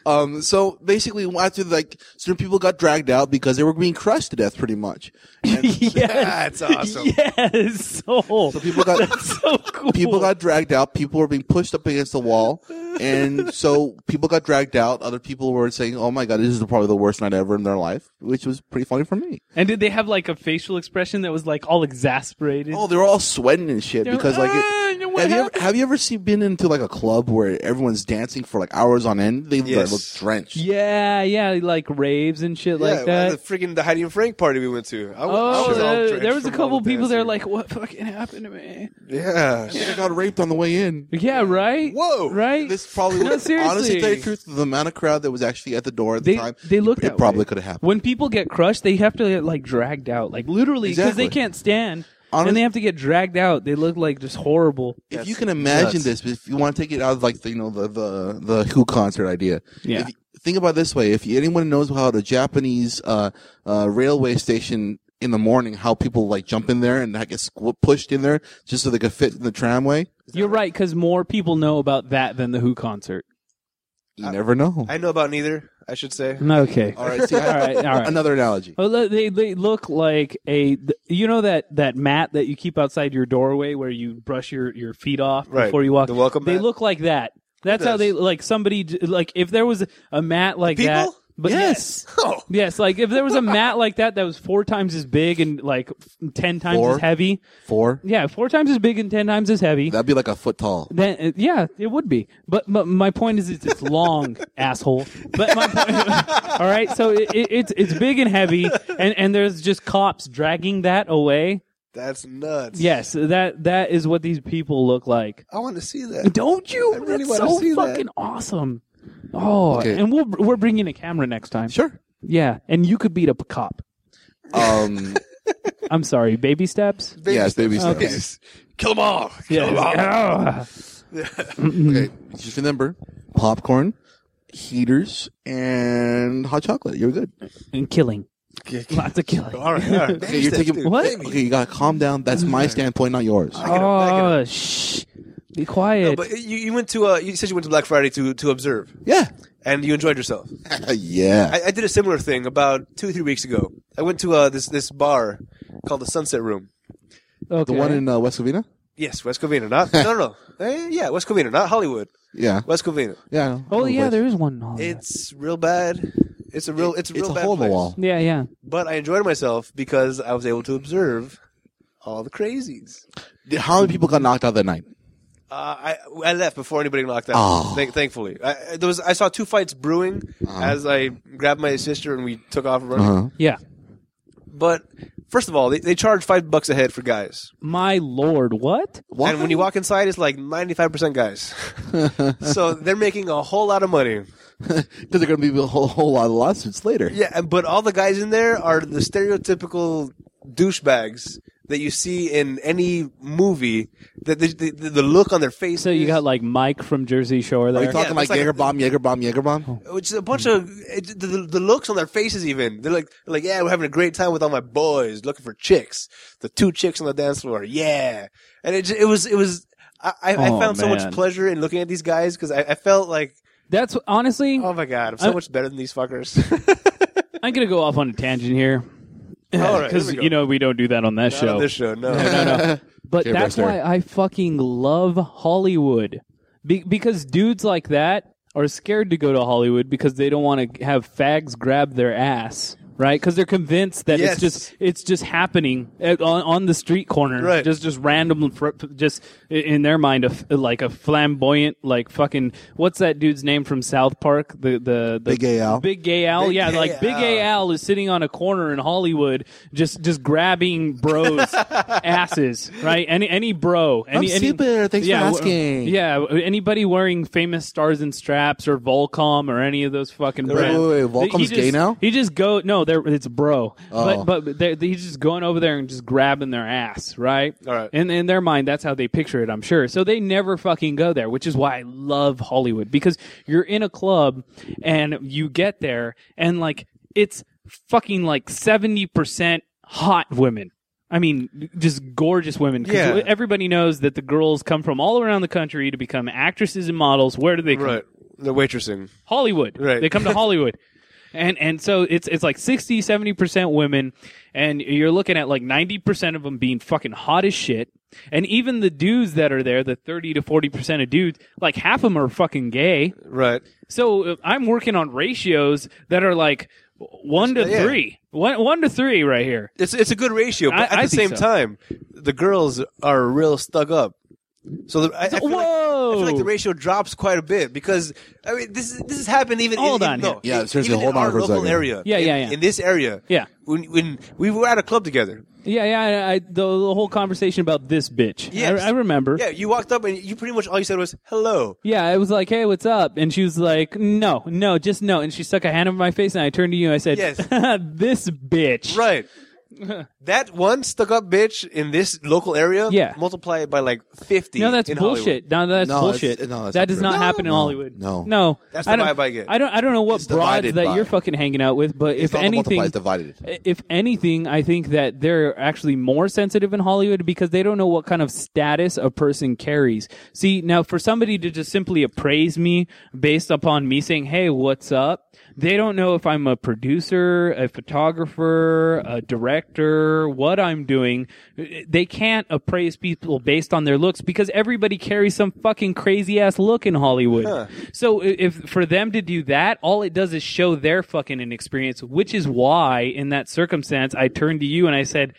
Speaker 2: um so basically after like certain people got dragged out because they were being crushed to death pretty much.
Speaker 1: that's awesome.
Speaker 3: Yes. Oh,
Speaker 2: So people got
Speaker 3: so cool.
Speaker 2: people got dragged out, people were being pushed up against the wall and so people got dragged out, other people were saying, "Oh my god, this is probably the worst night ever in their life," which was pretty funny for me.
Speaker 3: And did they have like a facial expression that was like all exasperated?
Speaker 2: Oh, they were all sweating and shit
Speaker 3: They're
Speaker 2: because like
Speaker 3: "Ah,
Speaker 2: it,
Speaker 3: you know what
Speaker 2: have, you ever,
Speaker 3: happened?"
Speaker 2: have you ever seen been into like a club where everyone's dancing for like hours on end? They
Speaker 1: Yes.
Speaker 2: look drenched.
Speaker 3: yeah, yeah, like raves and shit
Speaker 1: Yeah,
Speaker 3: like that.
Speaker 1: The freaking the Heidi and Frank party we went to. I, wa- I
Speaker 3: oh,
Speaker 1: was all
Speaker 3: there-
Speaker 1: drenched
Speaker 3: there was a
Speaker 1: from all
Speaker 3: couple
Speaker 1: the
Speaker 3: people there
Speaker 1: dancing.
Speaker 3: like, what fucking happened to me?
Speaker 1: yeah.
Speaker 2: I got raped on the way in.
Speaker 3: Yeah, right.
Speaker 1: Whoa.
Speaker 3: right.
Speaker 2: This probably
Speaker 3: No, seriously.
Speaker 2: honestly, to tell you the truth, the amount of crowd that was actually at the door at the
Speaker 3: They
Speaker 2: time,
Speaker 3: they look
Speaker 2: it
Speaker 3: that
Speaker 2: probably
Speaker 3: way.
Speaker 2: could have happened.
Speaker 3: When people get crushed, they have to get like dragged out, like literally, because
Speaker 2: Exactly.
Speaker 3: they can't stand,
Speaker 2: Honest-
Speaker 3: and they have to get dragged out. They look like just horrible.
Speaker 2: If you can imagine
Speaker 1: nuts.
Speaker 2: this, if you want to take it out of like the, you know the the the Who concert idea,
Speaker 3: Yeah.
Speaker 2: If you- think about it this way: if anyone knows how the Japanese uh, uh, railway station in the morning, how people like jump in there and that gets squ- pushed in there just so they could fit in the tramway,
Speaker 3: You're right, because more people know about that than the Who concert.
Speaker 2: you never know.
Speaker 1: I know about neither. I should say.
Speaker 3: Okay.
Speaker 2: all right, see, I-
Speaker 3: All right, all right.
Speaker 2: another analogy.
Speaker 3: Oh, look, they they look like a th- you know that that mat that you keep outside your doorway where you brush your your feet off
Speaker 1: Right.
Speaker 3: before you walk.
Speaker 1: The welcome
Speaker 3: they
Speaker 1: mat?
Speaker 3: look like that. That's how
Speaker 1: does?
Speaker 3: they like somebody d- like if there was a mat like
Speaker 1: people?
Speaker 3: that. But yes.
Speaker 1: Oh.
Speaker 3: Yes, like if there was a mat like that that was four times as big and like f- ten times
Speaker 2: Four?
Speaker 3: as heavy.
Speaker 2: Four.
Speaker 3: Yeah, four times as big and ten times as heavy.
Speaker 2: That'd be like a foot tall.
Speaker 3: Then uh, yeah, it would be. But, but my point is, it's, it's long, asshole. But my point, all right, so it, it, it's it's big and heavy, and and there's just cops dragging that away.
Speaker 1: That's nuts.
Speaker 3: Yes, that that is what these people look like.
Speaker 1: I want to see that.
Speaker 3: Don't you?
Speaker 1: I really
Speaker 3: That's
Speaker 1: wanna
Speaker 3: so
Speaker 1: see that.
Speaker 3: fucking awesome. Oh,
Speaker 2: Okay.
Speaker 3: and we'll we're bringing a camera next time.
Speaker 2: Sure.
Speaker 3: Yeah, and you could beat up a cop.
Speaker 2: Um,
Speaker 3: I'm sorry, baby steps.
Speaker 1: Baby
Speaker 2: yes,
Speaker 1: steps.
Speaker 2: baby steps.
Speaker 1: Okay. Kill them all. Kill
Speaker 3: Yeah. Ah,
Speaker 1: 'em all.
Speaker 2: Okay, just remember popcorn, heaters, and hot chocolate. You're good.
Speaker 3: and killing. Lots of killing.
Speaker 1: All right. All right.
Speaker 2: Okay,
Speaker 1: Baby
Speaker 2: you're
Speaker 1: steps,
Speaker 2: taking
Speaker 1: dude.
Speaker 3: What?
Speaker 1: Baby.
Speaker 2: Okay, you gotta calm down. That's my standpoint, not yours.
Speaker 1: it up, back it
Speaker 3: Oh, shh. Be quiet.
Speaker 1: No, but you, you went to uh, you said you went to Black Friday to to observe
Speaker 2: Yeah,
Speaker 1: and you enjoyed yourself.
Speaker 2: yeah.
Speaker 1: I, I did a similar thing about two three weeks ago. I went to uh, this this bar called the Sunset Room.
Speaker 3: okay.
Speaker 2: The one in uh, West Covina.
Speaker 1: Yes, West Covina, not no no no, Eh, yeah West Covina, not Hollywood.
Speaker 2: Yeah,
Speaker 1: West Covina.
Speaker 2: yeah.
Speaker 3: Oh yeah,
Speaker 2: place.
Speaker 3: there is one. in Hollywood.
Speaker 1: It's real bad. It's a real it's a real
Speaker 2: it's a
Speaker 1: bad
Speaker 2: hole in the
Speaker 1: place.
Speaker 2: wall.
Speaker 3: yeah, yeah.
Speaker 1: But I enjoyed myself because I was able to observe all the crazies.
Speaker 2: How many people got knocked out that night?
Speaker 1: Uh, I I left before anybody knocked out.
Speaker 2: Oh.
Speaker 1: Thank, thankfully, I, I- there was I saw two fights brewing as I grabbed my sister and we took off running.
Speaker 2: Uh-huh.
Speaker 3: Yeah.
Speaker 1: But first of all, they, they charge five bucks a head for guys,
Speaker 3: My lord, what?
Speaker 2: Why?
Speaker 1: and when you walk inside, it's like ninety five percent guys. so they're making a whole lot of money.
Speaker 2: because there are gonna be a whole, whole lot of lawsuits later.
Speaker 1: Yeah, and- but all the guys in there are the stereotypical douchebags that you see in any movie that the, the, the look on their face.
Speaker 3: So you got like Mike from Jersey Shore
Speaker 2: Are
Speaker 3: there.
Speaker 2: you talking
Speaker 1: Yeah,
Speaker 2: like,
Speaker 1: it's like a-
Speaker 2: Jaeger bomb, Jaeger bomb, Jaeger
Speaker 3: Oh.
Speaker 2: bomb?
Speaker 1: which is a bunch of it, the, the looks on their faces. Even they're like, they're like, yeah, we're having a great time with all my boys, looking for chicks. The two chicks on the dance floor, yeah. And it, j- it was, it was. I, I, I
Speaker 3: Oh,
Speaker 1: found so much
Speaker 3: man.
Speaker 1: pleasure in looking at these guys because I, I felt like,
Speaker 3: That's honestly,
Speaker 1: oh my god, I'm so
Speaker 3: Uh,
Speaker 1: much better than these fuckers.
Speaker 3: I'm gonna go off on a tangent here
Speaker 1: All right, here
Speaker 3: because
Speaker 1: we go.
Speaker 3: you know we don't do that on that
Speaker 1: Not
Speaker 3: show.
Speaker 1: on this show, no.
Speaker 3: But
Speaker 2: Care Bear
Speaker 3: that's
Speaker 2: story.
Speaker 3: why I fucking love Hollywood. Be- because dudes like that are scared to go to Hollywood because they don't want to have fags grab their ass, right? Because they're convinced that
Speaker 1: Yes.
Speaker 3: it's just it's just happening at, on, on the street corner,
Speaker 1: Right.
Speaker 3: Just just random, fr- just i- in their mind, a f like a flamboyant, like fucking what's that dude's name from South Park? The the, the
Speaker 2: Big Gay Al.
Speaker 3: Big Gay Al,
Speaker 1: Big
Speaker 3: yeah,
Speaker 1: Gay
Speaker 3: like Big Gay Al is sitting on a corner in Hollywood, just just grabbing bros' asses, right? Any any bro, any, any-
Speaker 2: super. Thanks for
Speaker 3: w-
Speaker 2: asking.
Speaker 3: Yeah, w- anybody wearing famous stars and straps or Volcom or any of those fucking
Speaker 1: Wait,
Speaker 3: brands.
Speaker 2: wait, wait,
Speaker 3: He- he
Speaker 2: Volcom's
Speaker 3: just-
Speaker 2: gay now?
Speaker 3: He just go no, they're, it's bro,
Speaker 2: Oh.
Speaker 3: but but they're, he's just going over there and just grabbing their ass, right?
Speaker 1: All right.
Speaker 3: And in their mind, that's how they picture it, I'm sure. So they never fucking go there, which is why I love Hollywood because you're in a club and you get there and like it's fucking like 70% hot women. I mean, just gorgeous women. 'Cause
Speaker 1: Yeah.
Speaker 3: Everybody knows that the girls come from all around the country to become actresses and models. Where do they come?
Speaker 1: right, the waitressing.
Speaker 3: Hollywood.
Speaker 1: Right.
Speaker 3: They come to Hollywood. And and so it's it's like 60 70% women and you're looking at like 90% of them being fucking hot as shit. And even the dudes that are there, the 30 to 40% of dudes, like half of them are fucking gay.
Speaker 1: Right.
Speaker 3: So uh, I'm working on ratios that are like 1 to
Speaker 1: Yeah.
Speaker 3: 3. 1 1 to 3 right here.
Speaker 1: It's it's a good ratio, but
Speaker 3: I-
Speaker 1: at
Speaker 3: I
Speaker 1: the
Speaker 3: think
Speaker 1: same
Speaker 3: so.
Speaker 1: time, the girls are real stuck up. So the, I, I feel like, I
Speaker 3: Whoa.
Speaker 1: feel like the ratio drops quite a bit because I mean this is this has happened even
Speaker 3: Hold
Speaker 1: in,
Speaker 3: on
Speaker 1: no,
Speaker 2: here. Yeah,
Speaker 1: in-
Speaker 2: seriously,
Speaker 1: even
Speaker 2: hold
Speaker 1: in
Speaker 2: on
Speaker 1: our
Speaker 2: for a
Speaker 1: local
Speaker 2: second.
Speaker 1: area
Speaker 3: Yeah,
Speaker 1: in,
Speaker 3: yeah, yeah.
Speaker 1: in this area
Speaker 3: Yeah.
Speaker 1: when when we were at a club together
Speaker 3: yeah, yeah, I, I, the, the whole conversation about this bitch.
Speaker 1: Yes.
Speaker 3: I, I remember.
Speaker 1: yeah you walked up and you pretty much all you said was hello
Speaker 3: Yeah, it was like, "Hey, what's up?" And she was like, "No, no, just no." And she stuck a hand over my face, and I turned to you and I said,
Speaker 1: Yes.
Speaker 3: this bitch."
Speaker 1: right that one stuck up bitch in this local area
Speaker 3: Yeah.
Speaker 1: multiply it by like fifty
Speaker 3: No, that's
Speaker 1: in Hollywood.
Speaker 3: bullshit. No, that's
Speaker 2: No, it's-
Speaker 3: bullshit.
Speaker 2: no, that's
Speaker 3: that
Speaker 2: not
Speaker 3: does
Speaker 2: true.
Speaker 3: not
Speaker 2: No.
Speaker 3: happen in
Speaker 2: No,
Speaker 3: Hollywood.
Speaker 2: no.
Speaker 3: no.
Speaker 1: That's the
Speaker 3: I don't-
Speaker 1: vibe I get.
Speaker 3: I don't. I don't know what broads
Speaker 2: divided
Speaker 3: that
Speaker 2: by-
Speaker 3: you're fucking hanging out with, but if
Speaker 2: not multiplied,
Speaker 3: anything,
Speaker 2: it's divided.
Speaker 3: if anything, I think that they're actually more sensitive in Hollywood because they don't know what kind of status a person carries. See, now for somebody to just simply appraise me based upon me saying, "Hey, what's up?" They don't know if I'm a producer, a photographer, a director, what I'm doing. They can't appraise people based on their looks because everybody carries some fucking crazy ass look in Hollywood. So i- if for them to do that, all it does is show their fucking inexperience, which is why in that circumstance I turned to you and I said,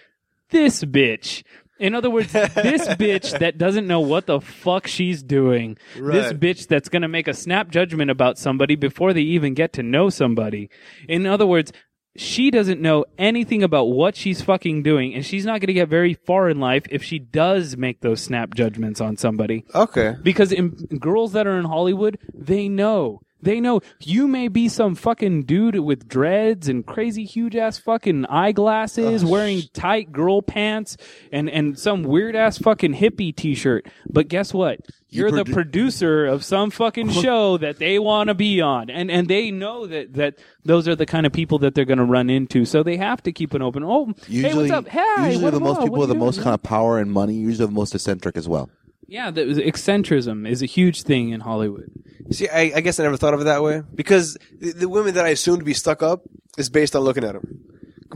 Speaker 3: "This bitch." In other words, this bitch that doesn't know what the fuck she's doing. This
Speaker 1: Right.
Speaker 3: bitch that's going to make a snap judgment about somebody before they even get to know somebody. In other words, she doesn't know anything about what she's fucking doing, and she's not going to get very far in life if she does make those snap judgments on somebody
Speaker 1: okay
Speaker 3: because in, girls that are in Hollywood, they know. They know you may be some fucking dude with dreads and crazy huge ass fucking eyeglasses, wearing tight girl pants and and some weird ass fucking hippie t-shirt. But guess what? You're the
Speaker 2: produ-
Speaker 3: producer of some fucking show that they want to be on, and and they know that that those are the kind of people that they're going to run into. So they have to keep an open. Oh, hey, what's up? Hey,
Speaker 2: usually
Speaker 3: what
Speaker 2: the most
Speaker 3: up?
Speaker 2: people
Speaker 3: What
Speaker 2: with the
Speaker 3: you
Speaker 2: most
Speaker 3: doing?
Speaker 2: kind of power and money usually are the most eccentric as well.
Speaker 3: Yeah, the, the eccentricism is a huge thing in Hollywood.
Speaker 1: see I, I guess I never thought of it that way because the, the women that I assume to be stuck up is based on looking at them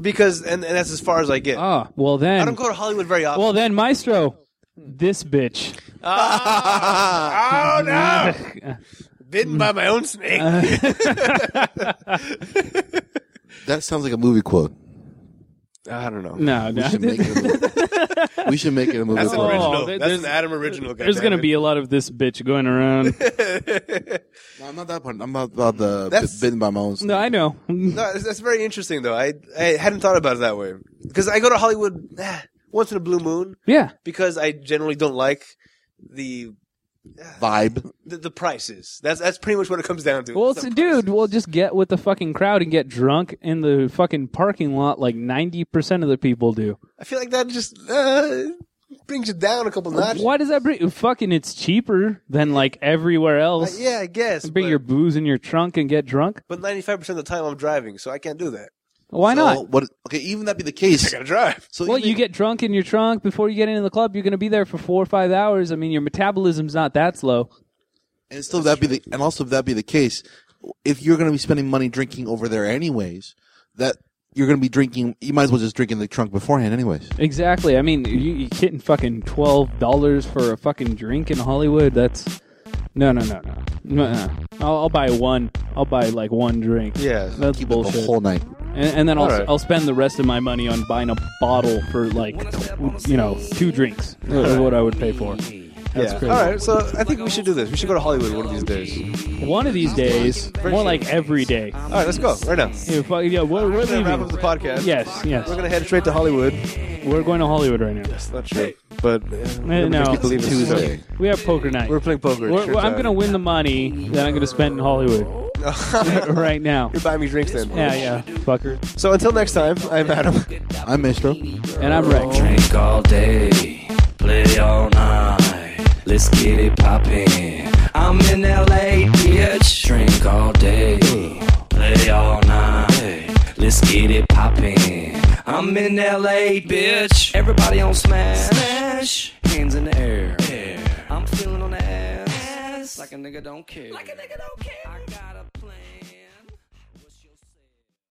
Speaker 1: because and, and that's as far as I get
Speaker 3: Ah, well then.
Speaker 1: I don't go to Hollywood very often
Speaker 3: Well then, Maestro, this bitch.
Speaker 1: Oh no! Bitten by my own snake.
Speaker 3: uh,
Speaker 2: That sounds like a movie quote.
Speaker 1: I don't know.
Speaker 3: No,
Speaker 2: We
Speaker 3: no.
Speaker 2: should make it a movie, we should make it a movie
Speaker 1: That's an
Speaker 2: quote.
Speaker 1: original.
Speaker 3: Oh, there-
Speaker 1: That's
Speaker 3: there's-
Speaker 1: an Adam original.
Speaker 3: There's
Speaker 1: goddammit.
Speaker 3: gonna be a lot of this bitch going around.
Speaker 2: No, I'm not that part. I'm about, about the
Speaker 1: That's-
Speaker 2: bitten by my own. snake.
Speaker 3: no, I know.
Speaker 1: No, that's, that's very interesting though. I I hadn't thought about it that way because I go to Hollywood eh, once in a blue moon
Speaker 3: Yeah,
Speaker 1: because I generally don't like the
Speaker 2: vibe.
Speaker 1: The, the prices. That's that's pretty much what it comes down to.
Speaker 3: Well,
Speaker 1: It's
Speaker 3: it's,
Speaker 1: the
Speaker 3: dude, we'll just get with the fucking crowd and get drunk in the fucking parking lot like 90% of the people do.
Speaker 1: I feel like that just uh, brings it down a couple notches.
Speaker 3: Why does that bring? Fucking, it's cheaper than like everywhere
Speaker 1: Uh,
Speaker 3: else.
Speaker 1: yeah, I guess.
Speaker 3: Bring
Speaker 1: but,
Speaker 3: your booze in your trunk and get drunk.
Speaker 1: but 95% of the time I'm driving, so I can't do that.
Speaker 3: Why
Speaker 2: So
Speaker 3: not?
Speaker 2: What? Okay, even that be the case.
Speaker 1: to drive.
Speaker 2: So
Speaker 3: Well,
Speaker 2: even-
Speaker 3: you get drunk in your trunk before you get into the club. You're going to be there for four or five hours. I mean, your metabolism's not that slow.
Speaker 2: and still that be the and also if that be the case, if you're going to be spending money drinking over there anyways, that you're going to be drinking, you might as well just drink in the trunk beforehand anyways.
Speaker 3: Exactly. I mean, you, you're getting fucking twelve dollars for a fucking drink in Hollywood. That's no, no, no, no, no. no. I'll, I'll buy one. I'll buy like one drink.
Speaker 1: Yeah.
Speaker 3: that's
Speaker 2: Keep it the
Speaker 3: bullshit.
Speaker 2: whole night.
Speaker 3: and, and then I'll,
Speaker 1: Alright.
Speaker 3: I'll spend the rest of my money on buying a bottle for like you know two drinks. That's what I would pay for.
Speaker 1: yeah. All
Speaker 3: crazy.
Speaker 1: right, so I think we should do this. We should go to Hollywood one of these days.
Speaker 3: One of these days, more like every day.
Speaker 1: All right, let's go right now.
Speaker 3: Hey, fuck- yeah, we're, we're
Speaker 1: We're gonna wrap
Speaker 3: leaving.
Speaker 1: up the podcast.
Speaker 3: Yes, yes.
Speaker 1: We're gonna head straight to Hollywood.
Speaker 3: We're going to Hollywood right now.
Speaker 1: It's not true, but uh,
Speaker 3: Uh, no,
Speaker 1: believe it's Tuesday.
Speaker 3: we have poker night.
Speaker 1: We're playing poker.
Speaker 3: We're- we're- I'm gonna win the money that I'm gonna spend in Hollywood
Speaker 1: gonna.
Speaker 3: right now.
Speaker 1: You're buying me drinks then.
Speaker 3: Yeah, yeah, fucker.
Speaker 1: So until next time, I'm Adam.
Speaker 2: I'm Maestro.
Speaker 3: And I'm Rex.
Speaker 5: Drink all day, play all night. Let's get it poppin'. I'm in LA, bitch. Drink all day, play all night. Let's get it poppin'. I'm in LA, bitch. Everybody on smash. Smash. Hands in the air. I'm feeling on the ass. Like a nigga don't care. Like a nigga don't care. I got a